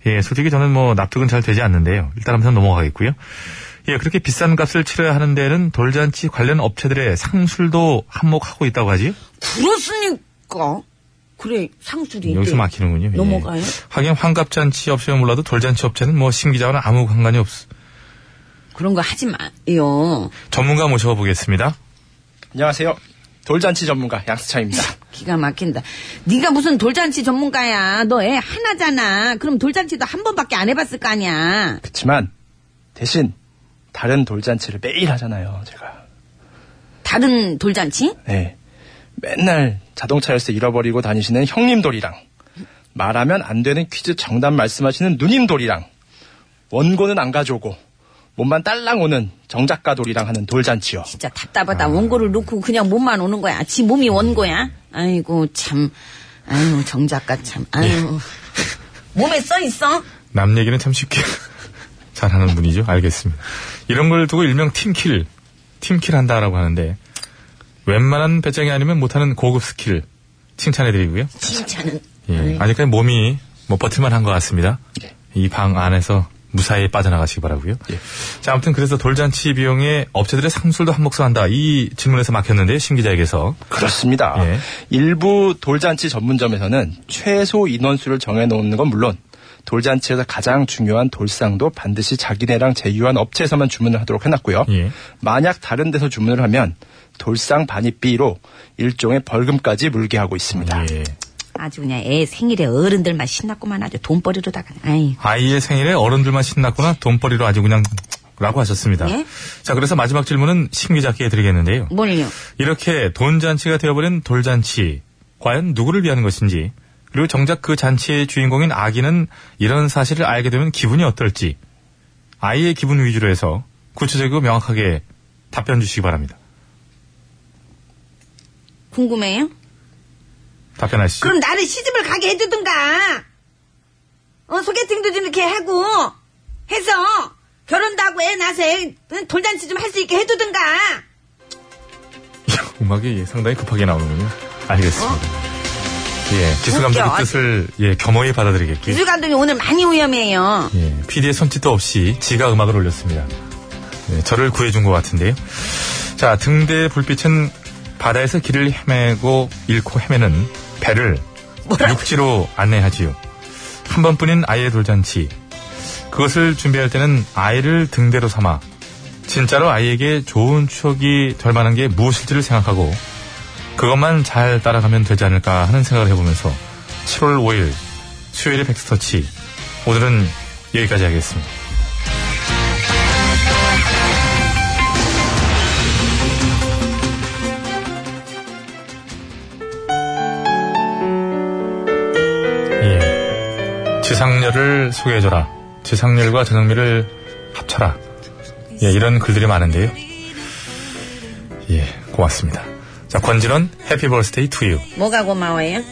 S1: 예, 솔직히 저는 뭐 납득은 잘 되지 않는데요. 일단 한번 넘어가겠고요. 예, 그렇게 비싼 값을 치러야 하는 데는 돌잔치 관련 업체들의 상술도 한몫하고 있다고 하지요?
S2: 그렇습니까? 그래 상술이
S1: 여기서
S2: 있대요.
S1: 막히는군요. 예.
S2: 네, 넘어가요?
S1: 하긴 환갑잔치 업체는 몰라도 돌잔치 업체는 뭐 심기자와는 아무 상관이 없,
S2: 그런 거 하지 마요.
S1: 전문가 모셔보겠습니다.
S14: 안녕하세요. 돌잔치 전문가 양수창입니다.
S2: 기가 막힌다. 네가 무슨 돌잔치 전문가야? 너 애 하나잖아. 그럼 돌잔치도 한 번밖에 안 해봤을 거 아니야.
S14: 그렇지만 대신 다른 돌잔치를 매일 하잖아요. 제가
S2: 다른 돌잔치?
S14: 네 맨날 자동차에서 잃어버리고 다니시는 형님 돌이랑 말하면 안 되는 퀴즈 정답 말씀하시는 누님 돌이랑 원고는 안 가져오고 몸만 딸랑 오는 정작가 돌이랑 하는 돌잔치요.
S2: 진짜 답답하다.
S1: 아.
S2: 원고를 놓고 그냥 몸만 오는 거야. 지 몸이 원고야. 아이고 참. 아유 정 작가 참.
S1: 예.
S2: 아유 몸에 써 있어.
S1: 남 얘기는 참 쉽게 잘하는 분이죠. 알겠습니다. 이런 걸 두고 일명 팀킬, 팀킬 한다라고 하는데 웬만한 배짱이 아니면 못하는 고급 스킬 칭찬해드리고요.
S2: 진짜는.
S1: 예, 아직까지 몸이 뭐 버틸만 한 것 같습니다.
S14: 네.
S1: 이 방 안에서 무사히 빠져나가시기 바라고요. 자 아무튼 그래서 돌잔치 비용에 업체들의 상술도 한몫한다 이 질문에서 막혔는데 심 기자에게서
S14: 그렇습니다. 일부 돌잔치 전문점에서는 최소 인원수를 정해놓는 건 물론 돌잔치에서 가장 중요한 돌상도 반드시 자기네랑 제휴한 업체에서만 주문을 하도록 해놨고요. 만약 다른 데서 주문을 하면 돌상 반입비로 일종의 벌금까지 물게 하고 있습니다.
S1: 예.
S2: 아주 그냥 애 생일에 어른들만 신났구만 아주 돈벌이로다가 아이
S1: 아이의 생일에 어른들만 신났구나 돈벌이로 아주 그냥 라고 하셨습니다.
S2: 예?
S1: 자 그래서 마지막 질문은 심 기자께 드리겠는데요.
S2: 뭘요?
S1: 이렇게 돈잔치가 되어버린 돌잔치 과연 누구를 위한 것인지 그리고 정작 그 잔치의 주인공인 아기는 이런 사실을 알게 되면 기분이 어떨지 아이의 기분 위주로 해서 구체적이고 명확하게 답변 주시기 바랍니다.
S2: 궁금해요?
S1: 답변하시죠.
S12: 그럼 나를 시집을 가게 해주든가. 어, 소개팅도 좀 이렇게 하고, 해서, 결혼도 하고 애 낳아서 애, 응, 돌잔치 좀 할 수 있게 해주든가.
S1: 음악이 예, 상당히 급하게 나오는군요. 알겠습니다. 예, 기술
S2: 웃겨.
S1: 감독의 뜻을 예, 겸허히 받아들이겠기.
S2: 기술 감독이 오늘 많이 위험해요.
S1: 예, PD의 손짓도 없이 지가 음악을 올렸습니다. 예, 저를 구해준 것 같은데요. 자, 등대의 불빛은 바다에서 길을 헤매고 잃고 헤매는 배를 육지로 안내하지요. 한 번뿐인 아이의 돌잔치. 그것을 준비할 때는 아이를 등대로 삼아 진짜로 아이에게 좋은 추억이 될 만한 게 무엇일지를 생각하고 그것만 잘 따라가면 되지 않을까 하는 생각을 해보면서 7월 5일 수요일의 백스터치 오늘은 여기까지 하겠습니다. 예. 지상렬을 소개해줘라. 지상렬과 전영미를 합쳐라. 예, 이런 글들이 많은데요. 예, 고맙습니다. 자, 권진원, 해피 버스데이 투 유.
S2: 뭐가 고마워요?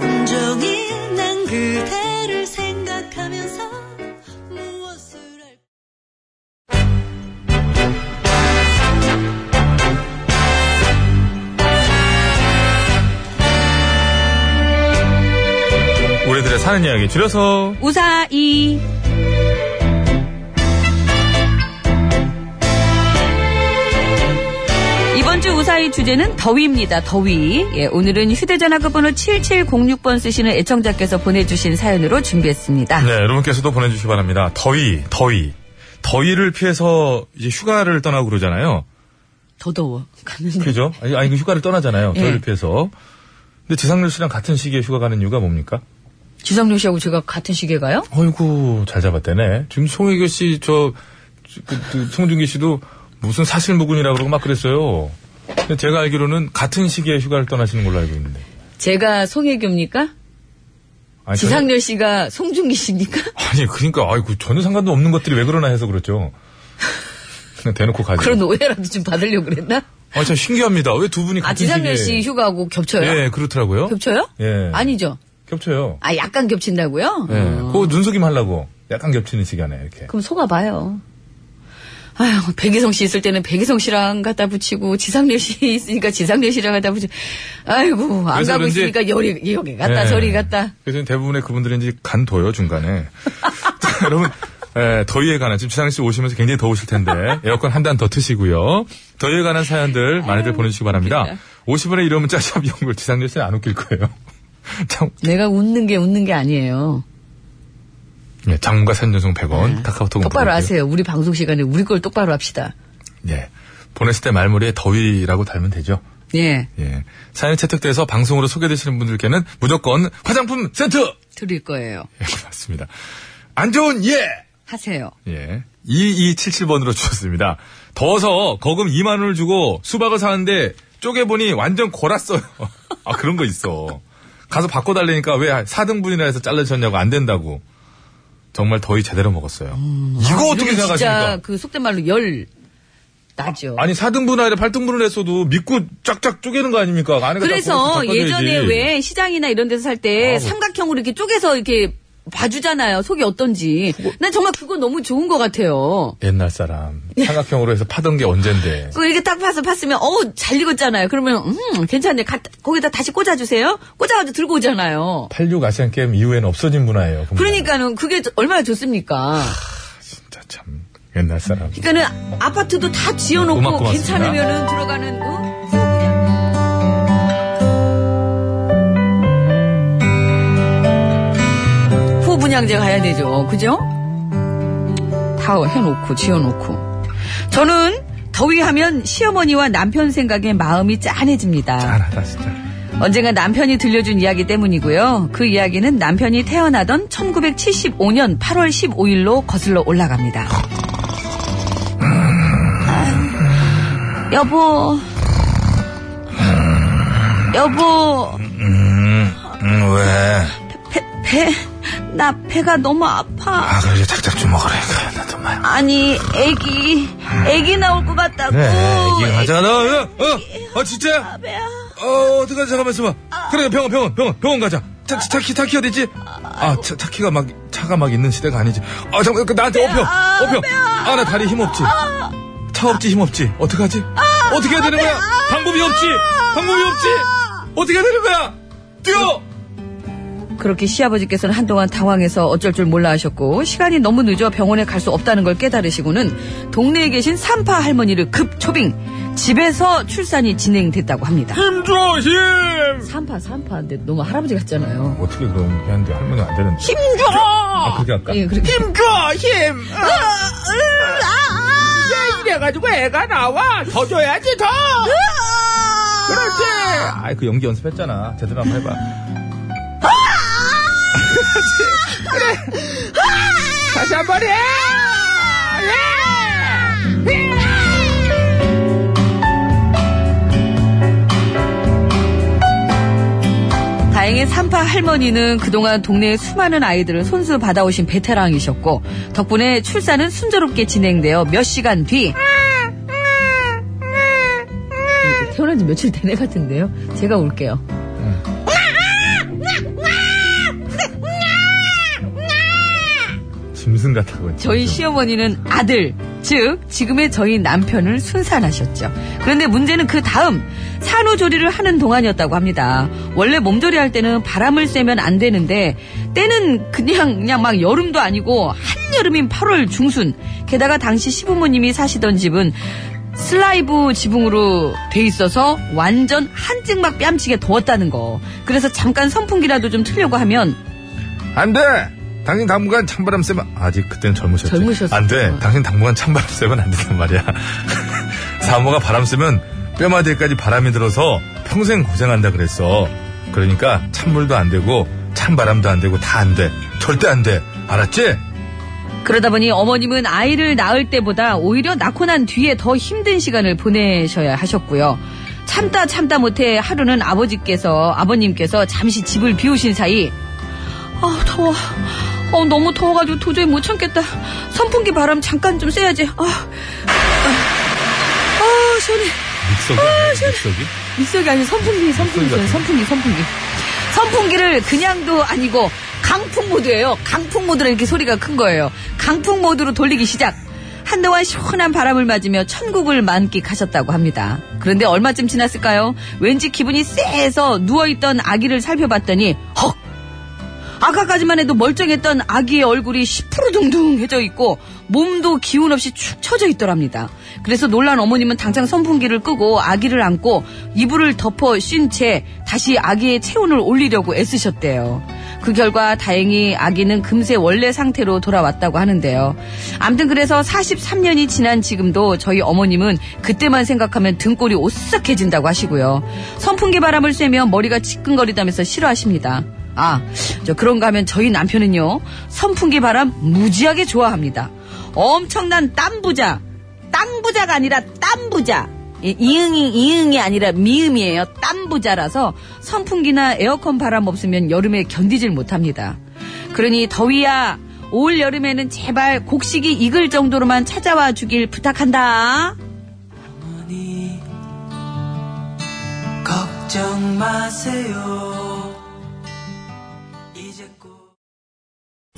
S15: 온종일 난 그대를 생각하면서 무엇을
S1: 우리들의 사는 이야기 줄여서
S2: 우사이. 이번 주 우사의 주제는 더위입니다. 더위. 예, 오늘은 휴대전화 끝번호 7706번 쓰시는 애청자께서 보내주신 사연으로 준비했습니다.
S1: 네, 여러분께서도 보내주시기 바랍니다. 더위, 더위. 더위를 피해서 이제 휴가를 떠나고 그러잖아요.
S2: 더 더워. 가는데.
S1: 그죠? 아니, 아니, 그 휴가를 떠나잖아요.
S2: 예.
S1: 더위를 피해서. 근데 지상렬 씨랑 같은 시기에 휴가 가는 이유가 뭡니까?
S2: 지상렬 씨하고 제가 같은 시계 가요?
S1: 아이고, 잘 잡았다네. 지금 송혜교 씨, 저, 그, 그, 송중기 씨도 무슨 사실무근이라고 그러고 막 그랬어요. 근데 제가 알기로는 같은 시기에 휴가를 떠나시는 걸로 알고 있는데.
S2: 제가 송혜교입니까?
S1: 아니, 아, 저는-
S2: 지상렬 씨가 송중기 씨입니까?
S1: 아니, 그러니까, 아이고, 전혀 상관도 없는 것들이 왜 그러나 해서 그렇죠. 그러니까 그냥 대놓고 가죠.
S2: 그런 오해라도 좀 받으려고 그랬나?
S1: 아, 참 신기합니다. 왜 두 분이
S2: 아,
S1: 네. 같은
S2: 지상렬
S1: 시기에-
S2: 씨 휴가하고 겹쳐요?
S1: 예, 그렇더라고요.
S2: 겹쳐요?
S1: 예.
S2: 아니죠.
S1: 겹쳐요.
S2: 아, 약간 겹친다고요?
S1: 예. 그거 눈속임 하려고. 약간 겹치는 시간에, 이렇게.
S2: 그럼 속아봐요. 아휴, 백이성 씨 있을 때는 백이성 씨랑 갖다 붙이고, 지상렬 씨 있으니까 지상렬 씨랑 갖다 붙이고, 아이고, 안
S1: 그래서
S2: 가고
S1: 그런지-
S2: 있으니까 여기, 여기 갔다,
S1: 예.
S2: 저리 갔다.
S1: 그래서 대부분의 그분들은 이제 간 둬요, 중간에. 자, 여러분, 예, 더위에 관한, 지금 지상일 씨 오시면서 굉장히 더우실 텐데, 에어컨 한 단 더 트시고요. 더위에 관한 사연들 많이들 보내주시기 바랍니다. 50원의 이름 문자 샵 연결, 지상일 씨는 안 웃길 거예요.
S2: 내가 웃는 게 웃는 게 아니에요.
S1: 예, 장문과 산전송 100원, 카카오톡
S2: 네. 똑바로
S1: 무료고요.
S2: 아세요. 우리 방송 시간에 우리 걸 똑바로 합시다.
S1: 예. 보냈을 때 말머리에 더위라고 달면 되죠.
S2: 예.
S1: 예. 사연 채택돼서 방송으로 소개되시는 분들께는 무조건 화장품 세트!
S2: 드릴 거예요.
S1: 예, 맞습니다. 안 좋은 예!
S2: 하세요.
S1: 예. 2277번으로 주셨습니다. 더워서 거금 2만 원을 주고 수박을 사는데 쪼개보니 완전 골았어요. 아, 그런 거 있어. 가서 바꿔달라니까 왜 4등분이나 해서 잘라주셨냐고 안 된다고. 정말 더위 제대로 먹었어요. 이거
S2: 아,
S1: 어떻게
S2: 이러면 진짜
S1: 생각하십니까?
S2: 그 속된 말로 열 나죠.
S1: 아니 4등분 아니라 8등분을 했어도 믿고 쫙쫙 쪼개는 거 아닙니까? 안에가
S2: 그래서
S1: 닦고 바꿔줘야지.
S2: 예전에 왜 시장이나 이런 데서 살 때 삼각형으로 이렇게 쪼개서 이렇게 봐주잖아요. 속이 어떤지. 난 정말 그거 너무 좋은 것 같아요.
S1: 옛날 사람 삼각형으로 해서 파던 게 언젠데
S2: 그 이렇게 딱 파서 팠으면 어우 잘 익었잖아요. 그러면 음 괜찮네. 가- 거기다 다시 꽂아주세요. 꽂아가지고 들고 오잖아요.
S1: 86 아시안 게임 이후에는 없어진 문화예요. 보면.
S2: 그러니까는 그게 얼마나 좋습니까?
S1: 옛날 사람.
S2: 그러니까는 아파트도 다
S1: 음악
S2: 지어놓고
S1: 고맙습니다.
S2: 괜찮으면은 들어가는 거. 후분양제 가야 되죠. 그죠? 다 해놓고 지어놓고. 저는 더위하면 시어머니와 남편 생각에 마음이 짠해집니다.
S1: 짠하다 진짜.
S2: 언젠가 남편이 들려준 이야기 때문이고요. 그 이야기는 남편이 태어나던 1975년 8월 15일로 거슬러 올라갑니다. 여보. 여보,
S9: 음, 음, 왜?
S2: 배, 배, 나 배가 너무 아파.
S9: 아, 그래, 작작 주먹으로 해. 그래, 나도 말.
S2: 아니, 애기, 애기 나올 것
S1: 네,
S2: 같다고.
S9: 그래,
S2: 어,
S9: 이게 네, 가자. 너, 어, 어, 어,
S2: 아,
S9: 진짜? 어, 어떡하지? 잠깐만 있어봐. 그래, 병원, 병원, 병원, 병원 가자. 차, 차, 키 타키 어디지? 아, 차, 차키가 막, 차가 막 있는 시대가 아니지. 아, 잠깐, 그, 나한테 업혀. 업혀. 아, 나 다리 힘 없지. 차 없지, 힘 없지. 어떡하지? 어떻게 해야 되는 거야? 방법이 없지. 방법이 없지. 어떻게 해야 되는 거야? 뛰어!
S2: 그렇게 시아버지께서는 한동안 당황해서 어쩔 줄 몰라 하셨고 시간이 너무 늦어 병원에 갈 수 없다는 걸 깨달으시고는 동네에 계신 산파 할머니를 급 초빙 집에서 출산이 진행됐다고 합니다.
S1: 힘줘 힘.
S2: 산파 산파인데 너무 할아버지 같잖아요.
S1: 뭐, 어떻게 그런 게 하는데 할머니 안 되는데.
S2: 힘줘.
S1: 아, 그게 아까.
S2: 예, 그러니까. 그렇게.
S6: 힘줘 힘. 야, 아, 이래가지고 애가 나와. 더 줘야지 더. 그렇지.
S1: 아이 그 연기 연습했잖아. 제대로 한번 해봐.
S6: 다시 한 번 해.
S2: 다행히 산파 할머니는 그동안 동네의 수많은 아이들을 손수 받아오신 베테랑이셨고 덕분에 출산은 순조롭게 진행되어 몇 시간 뒤 태어난 지 며칠 된 애 같은데요. 제가 올게요.
S1: 짐승 같다고.
S2: 저희 시어머니는 아들, 즉 지금의 저희 남편을 순산하셨죠. 그런데 문제는 그 다음 산후조리를 하는 동안이었다고 합니다. 원래 몸조리할 때는 바람을 쐬면 안 되는데 때는 그냥 그냥 막 여름도 아니고 한여름인 8월 중순. 게다가 당시 시부모님이 사시던 집은 슬라이브 지붕으로 돼 있어서 완전 한증막 뺨치게 더웠다는 거. 그래서 잠깐 선풍기라도 좀 틀려고 하면
S1: 안 돼. 당신 당분간 찬바람 쐬면 아직 그때는 젊으셨지.
S2: 젊으셨어요.
S1: 안 돼. 당신 당분간 찬바람 쐬면 안 된단 말이야. 사모가 바람 쐬면 뼈마디까지 바람이 들어서 평생 고생한다 그랬어. 그러니까 찬물도 안 되고 찬바람도 안 되고 다 안 돼. 절대 안 돼. 알았지?
S2: 그러다 보니 어머님은 아이를 낳을 때보다 오히려 낳고 난 뒤에 더 힘든 시간을 보내셔야 하셨고요. 참다 참다 못해 하루는 아버지께서 아버님께서 잠시 집을 비우신 사이 아 더워 어 너무 더워가지고 도저히 못 참겠다 선풍기 바람 잠깐 좀 쐬야지 아, 아, 아 시원해
S1: 믹서기 아니야? 믹서기?
S2: 믹서기 아니고 선풍기 선풍기
S1: 같은
S2: 있어요. 선풍기 선풍기 선풍기를 그냥도 아니고 강풍 모드예요 강풍 모드로 이렇게 소리가 큰 거예요 강풍 모드로 돌리기 시작 한동안 시원한 바람을 맞으며 천국을 만끽하셨다고 합니다 그런데 얼마쯤 지났을까요 왠지 기분이 쎄해서 누워있던 아기를 살펴봤더니 헉 아까까지만 해도 멀쩡했던 아기의 얼굴이 시푸르둥둥해져 있고 몸도 기운 없이 축 처져 있더랍니다. 그래서 놀란 어머님은 당장 선풍기를 끄고 아기를 안고 이불을 덮어 쉰 채 다시 아기의 체온을 올리려고 애쓰셨대요. 그 결과 다행히 아기는 금세 원래 상태로 돌아왔다고 하는데요. 암튼 그래서 43년이 지난 지금도 저희 어머님은 그때만 생각하면 등골이 오싹해진다고 하시고요. 선풍기 바람을 쐬면 머리가 지끈거리다면서 싫어하십니다. 아, 저 그런가 하면 저희 남편은요, 선풍기 바람 무지하게 좋아합니다. 엄청난 땀부자. 땅부자가 아니라 땀부자. 이- 이응이, 이응이 아니라 미음이에요. 땀부자라서 선풍기나 에어컨 바람 없으면 여름에 견디질 못합니다. 그러니 더위야, 올 여름에는 제발 곡식이 익을 정도로만 찾아와 주길 부탁한다.
S7: 걱정 마세요. 이제 꼭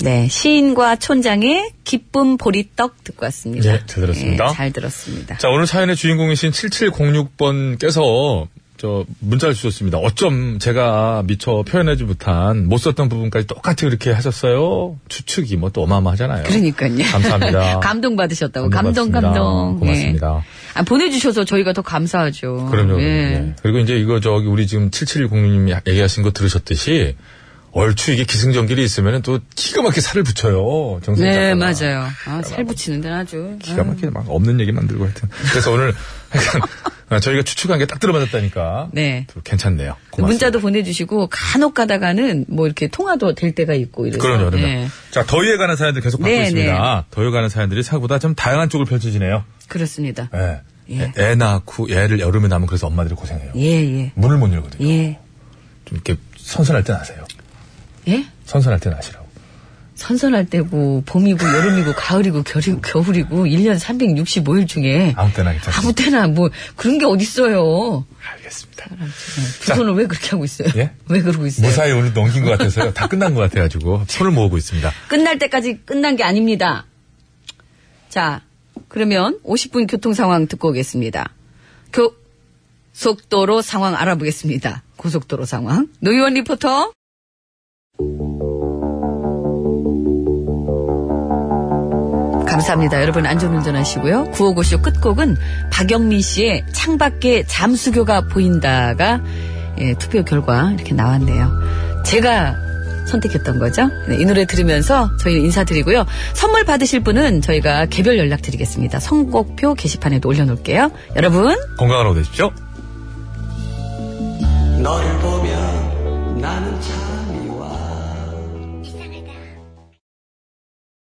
S16: 네, 시인과 촌장의 기쁨 보리떡 듣고 왔습니다.
S1: 예, 잘 들었습니다.
S16: 예, 잘 들었습니다.
S1: 자, 오늘 사연의 주인공이신 7706번께서 저 문자를 주셨습니다. 어쩜 제가 미처 표현하지 못한 못 썼던 부분까지 똑같이 그렇게 하셨어요? 추측이 뭐 또 어마어마하잖아요.
S2: 그러니까요.
S1: 감사합니다.
S2: 감동 받으셨다고. 감동,
S1: 감사합니다.
S2: 감동.
S1: 아, 고맙습니다.
S2: 예. 아, 보내주셔서 저희가 더 감사하죠.
S1: 그럼요.
S2: 예.
S1: 예. 그리고 이제 이거 저기 우리 지금 7706님이 얘기하신 거 들으셨듯이 얼추 이게 기승전결이 있으면 또 기가 막히게 살을 붙여요. 정승 작가가.
S2: 네, 맞아요. 아, 살 붙이는 데는 아주.
S1: 기가 막히게 막 없는 얘기 만들고 하여튼. 그래서 오늘 약간 아, 저희가 추측한 게 딱 들어맞았다니까.
S2: 네.
S1: 괜찮네요. 고맙습니다.
S2: 문자도 보내주시고 간혹 가다가는 뭐 이렇게 통화도 될 때가 있고 이래서.
S1: 그럼요, 그럼요.
S2: 예.
S1: 자, 더위에 관한 사연들 계속 받고
S2: 네,
S1: 있습니다. 더위에 관한 사연들이 사고보다 좀 다양한 쪽을 펼쳐지네요.
S2: 그렇습니다.
S1: 예. 애, 애 낳고 애를 여름에 낳으면 그래서 엄마들이 고생해요.
S2: 예, 예.
S1: 문을 못 열거든요.
S2: 예.
S1: 좀 이렇게 선선할 때 나세요.
S2: 예?
S1: 선선할 때 나시라고.
S2: 선선할 때고 봄이고 여름이고 가을이고 겨울이고, 겨울이고 1년 365일 중에
S1: 아무 때나 괜찮습니다.
S2: 아무 때나 뭐 그런 게 어딨어요.
S1: 알겠습니다.
S2: 두 손을 왜 그렇게 하고 있어요?
S1: 예?
S2: 왜 그러고 있어요?
S1: 무사히 오늘 넘긴 것 같아서요. 다 끝난 것 같아가지고 손을 모으고 있습니다.
S2: 끝날 때까지 끝난 게 아닙니다. 자, 그러면 50분 교통 상황 듣고 오겠습니다. 교, 속도로 상황 알아보겠습니다. 고속도로 상황. 노희원 리포터. 감사합니다. 여러분 안전운전 하시고요. 9595쇼 끝곡은 박영민 씨의 창밖에 잠수교가 보인다가 예, 투표 결과 이렇게 나왔네요. 제가 선택했던 거죠. 네, 이 노래 들으면서 저희 인사드리고요. 선물 받으실 분은 저희가 개별 연락 드리겠습니다. 선곡표 게시판에도 올려놓을게요. 여러분.
S1: 건강한 하루 되십시오.
S17: 너를 보